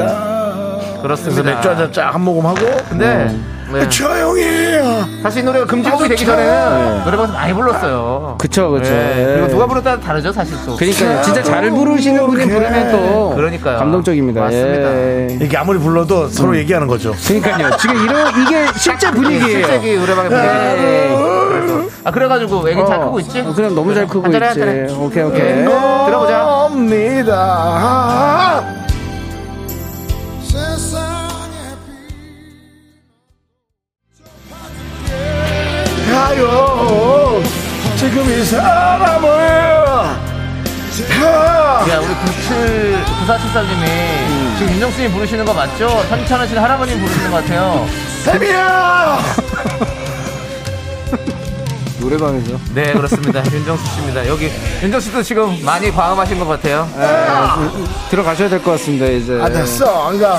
그래서 그렇습니다. 맥주 한잔 쫙 한 모금 하고 근데 음. 아, 네. 조용히 해요. 사실 이 노래가 금지곡이 되기 전에는 노래방에서 많이 불렀어요. 그쵸, 그쵸. 예. 예. 그리고 누가 부르따라 다르죠, 사실 또. 네. 그러니까 진짜 잘 부르시는 분이 부르면 또 그러니까요. 감동적입니다. 맞습니다. 예. 이게 아무리 불러도 서로 얘기하는 거죠. 그러니까요. 지금 이런 이게 실제 분위기예요. 네. 실제기 네. 노래방에 불러요. 아 그래가지고 애기 잘 어, 크고 있지? 어, 그럼 너무 잘 크고 한 잔해, 있지. 네. 한 잔해. 오케이, 오케이. 예. 들어보자. 겁니다. 가요. 지금 이 사람을 야 우리 97 9474님이 음. 지금 윤정수님 부르시는 거 맞죠? 현찬원 씨는 할아버님 부르시는 것 같아요. 세미야. 노래방에서. 네 그렇습니다. 윤정수 씨입니다. 여기 윤정수 씨도 지금 많이 과음하신 것 같아요. 들어가셔야 될 것 같습니다, 이제. 아 됐어. 안 가.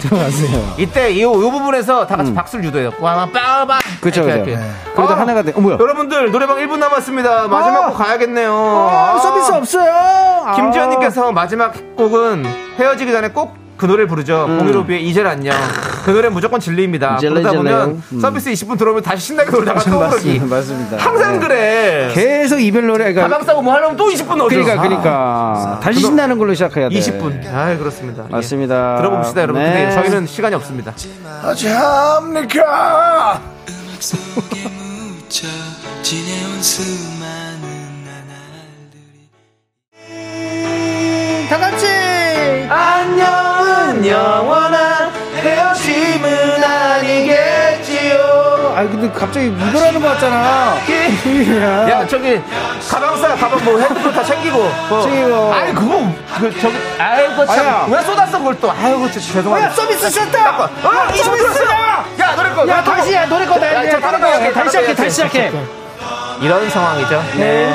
들어가세요. 이때 이, 이 부분에서 다 음. 같이 박수를 유도해요. 꽝, 빵빵. 그쵸, 이렇게, 아. 그쵸. 이렇게. 네. 그래도 하나가 돼. 어, 뭐야. 여러분들 노래방 1분 남았습니다. 마지막 아. 곡 가야겠네요. 아, 서비스 없어요. 김지현님께서 마지막 곡은 헤어지기 전에 꼭 그 노래를 부르죠. 공유로비의 이젤 안녕. 그 노래 무조건 진리입니다. 음. 이젤 그러다 안녕. 보면 음. 서비스 20분 들어오면 다시 신나게 놀다가 아, 떠오르기. 맞습니다. 맞습니다. 항상 네. 그래. 계속 이별 노래가 가방 싸고 뭐 하려면 또 20분 넣어줘. 그러니까 그러니까 다시 신나는 걸로 시작해야 돼. 20분. 아 그렇습니다. 예. 맞습니다. 들어봅시다 여러분. 네. 근데 저희는 시간이 없습니다. 어찌합니까? 다 같이 안녕은 영원한 헤어짐은 아니겠지요. 아 근데 갑자기 이별하는 거 같잖아. 야 아, 저기 가방 싸 가방 뭐 핸드폰 다 챙기고 뭐. 챙기고. 아이 그거 그 저기 아이고 아야. 참왜 쏟았어 그걸 또 아이고 진짜 죄송합니다 야, 서비스 센터! 아, 20분 들었어요 야 노래 거 야 다시 야 노래 꺼 야, 나 저 다른 이제 다른 거 거 해야 돼, 다시 다른 거 시작해 다시 시작해. 이런 상황이죠 네.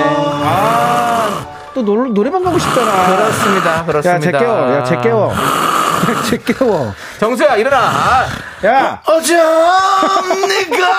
또 놀, 노래방 가고 싶잖아. 그렇습니다 야, 그렇습니다 쟤 깨워. 야, 쟤 깨워. 쟤 깨워. 정수야 일어나 야! 어찌합니까?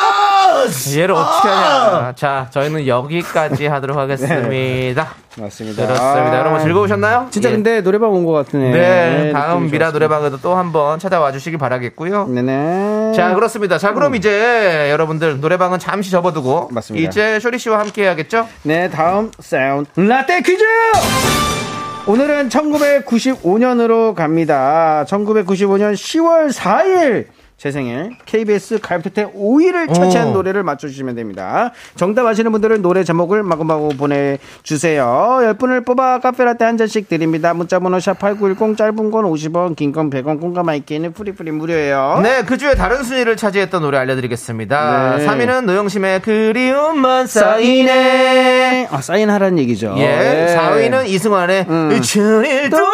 얘를 어떻게 하냐 자 저희는 여기까지 하도록 하겠습니다 맞습니다. 그렇습니다 여러분 즐거우셨나요? 진짜 예. 근데 노래방 온 것 같네. 네, 느낌이 다음 미라 좋았습니다. 노래방에도 또 한번 찾아와 주시길 바라겠고요. 네네. 자 그렇습니다. 자 그럼 이제 여러분들 노래방은 잠시 접어두고 맞습니다. 이제 쇼리 씨와 함께 해야겠죠? 네, 다음 사운드 라떼 퀴즈! 오늘은 1995년으로 갑니다. 1995년 10월 4일 제 생일 KBS 가요톱텐 5위를 차지한 오. 노래를 맞춰주시면 됩니다. 정답 아시는 분들은 노래 제목을 마구마구 보내주세요. 10분을 뽑아 카페라떼 한 잔씩 드립니다. 문자번호 샵8910 짧은 건 50원 긴 건 100원 공감마이키는 프리프리 무료예요. 네, 그 주에 다른 순위를 차지했던 노래 알려드리겠습니다. 어? 네. 3위는 노영심의 그리움만 쌓이네. 아, 사인하라는 얘기죠. 예, 예. 4위는 이승환의 음. 이춘일 동안.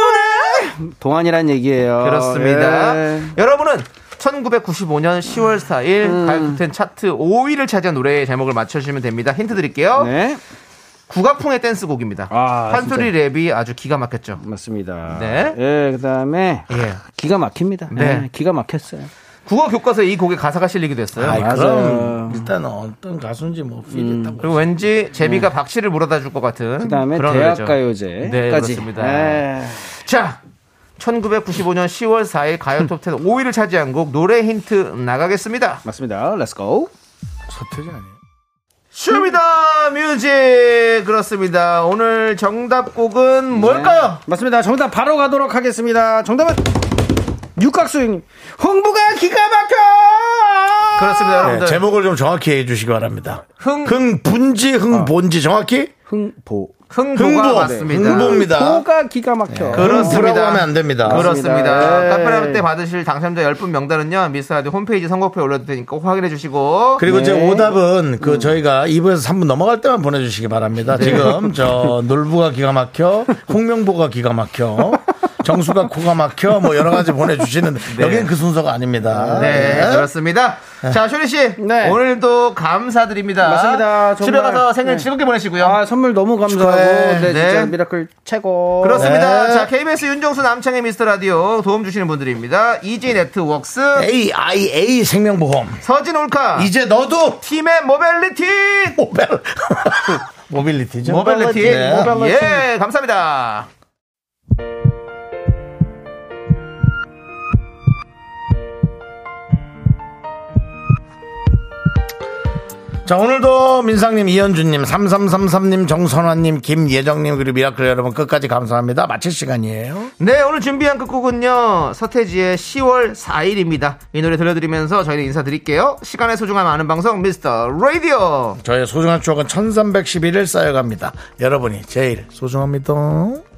동안이란 얘기예요. 그렇습니다. 어, 예. 여러분은 1995년 10월 4일 가요톱텐 차트 5위를 차지한 노래의 제목을 맞춰주시면 됩니다. 힌트 드릴게요. 네, 국악풍의 댄스곡입니다. 아, 판소리 랩이 아주 기가 막혔죠. 맞습니다. 네. 예, 그다음에 예. 기가 막힙니다. 네. 예, 기가 막혔어요. 국어 교과서에 이 곡의 가사가 실리기도 했어요. 아이 맞아요. 그럼 음. 일단 어떤 가수인지 뭐 필이 있다고. 그리고 왠지 제비가 박씨를 물어다 줄 것 같은 그다음에 런 대학가요제까지. 네, 그렇습니다. 예. 자, 1995년 10월 4일 가요 톱10 5위를 차지한 곡 노래 힌트 나가겠습니다. 맞습니다. 렛츠 고. 서태진 아니에요? 쇼미더 뮤직 그렇습니다. 오늘 정답곡은 뭘까요? 네. 맞습니다. 정답 바로 가도록 하겠습니다. 정답은 육각수님 홍보가 기가 막혀. 그렇습니다, 네, 여러분들. 제목을 좀 정확히 해주시기 바랍니다. 흥- 흥분지 흥본지 정확히 흥보. 흥보가 네, 흥보 맞습니다. 흥보입니다. 보가 기가 막혀. 흥보라고 아. 네, 그렇습니다. 하면 안 됩니다. 그렇습니다. 네. 카페라떼 받으실 당첨자 10분 명단은요. 미스라디 홈페이지 선거표에 올려도 되니까 꼭 확인해 주시고 그리고 이제 오답은 그 음. 저희가 2부에서 3부 넘어갈 때만 보내주시기 바랍니다. 네. 지금 저 놀부가 기가 막혀, 홍명보가 기가 막혀, 정수가 코가 막혀, 뭐 여러 가지 보내주시는 데 여기는 그 순서가 아닙니다. 네, 아. 그렇습니다. 자, 쇼리 씨. 네. 오늘도 감사드립니다. 맞습니다. 정말. 집에 가서 생일 네. 즐겁게 보내시고요. 아 선물 너무 감사하고 축하해. 네, 진짜 네. 미라클 최고. 그렇습니다. 네. 자, KBS 윤정수 남창의 미스터 라디오 도움 주시는 분들입니다. 이지 네트웍스, AIA 생명보험. 서진 올카, 이제 너도 팀의 모빌리티! 모빌 모빌리티죠. 모빌리티. 네. 예, 감사합니다. 자 오늘도 민상님, 이현주님, 3333님, 정선화님, 김예정님 그리고 미라클 여러분 끝까지 감사합니다. 마칠 시간이에요. 네, 오늘 준비한 끝곡은요, 서태지의 10월 4일입니다. 이 노래 들려드리면서 저희는 인사드릴게요. 시간의 소중함 아는 방송, 미스터 라디오! 저의 소중한 추억은 1311일 쌓여갑니다. 여러분이 제일 소중합니다.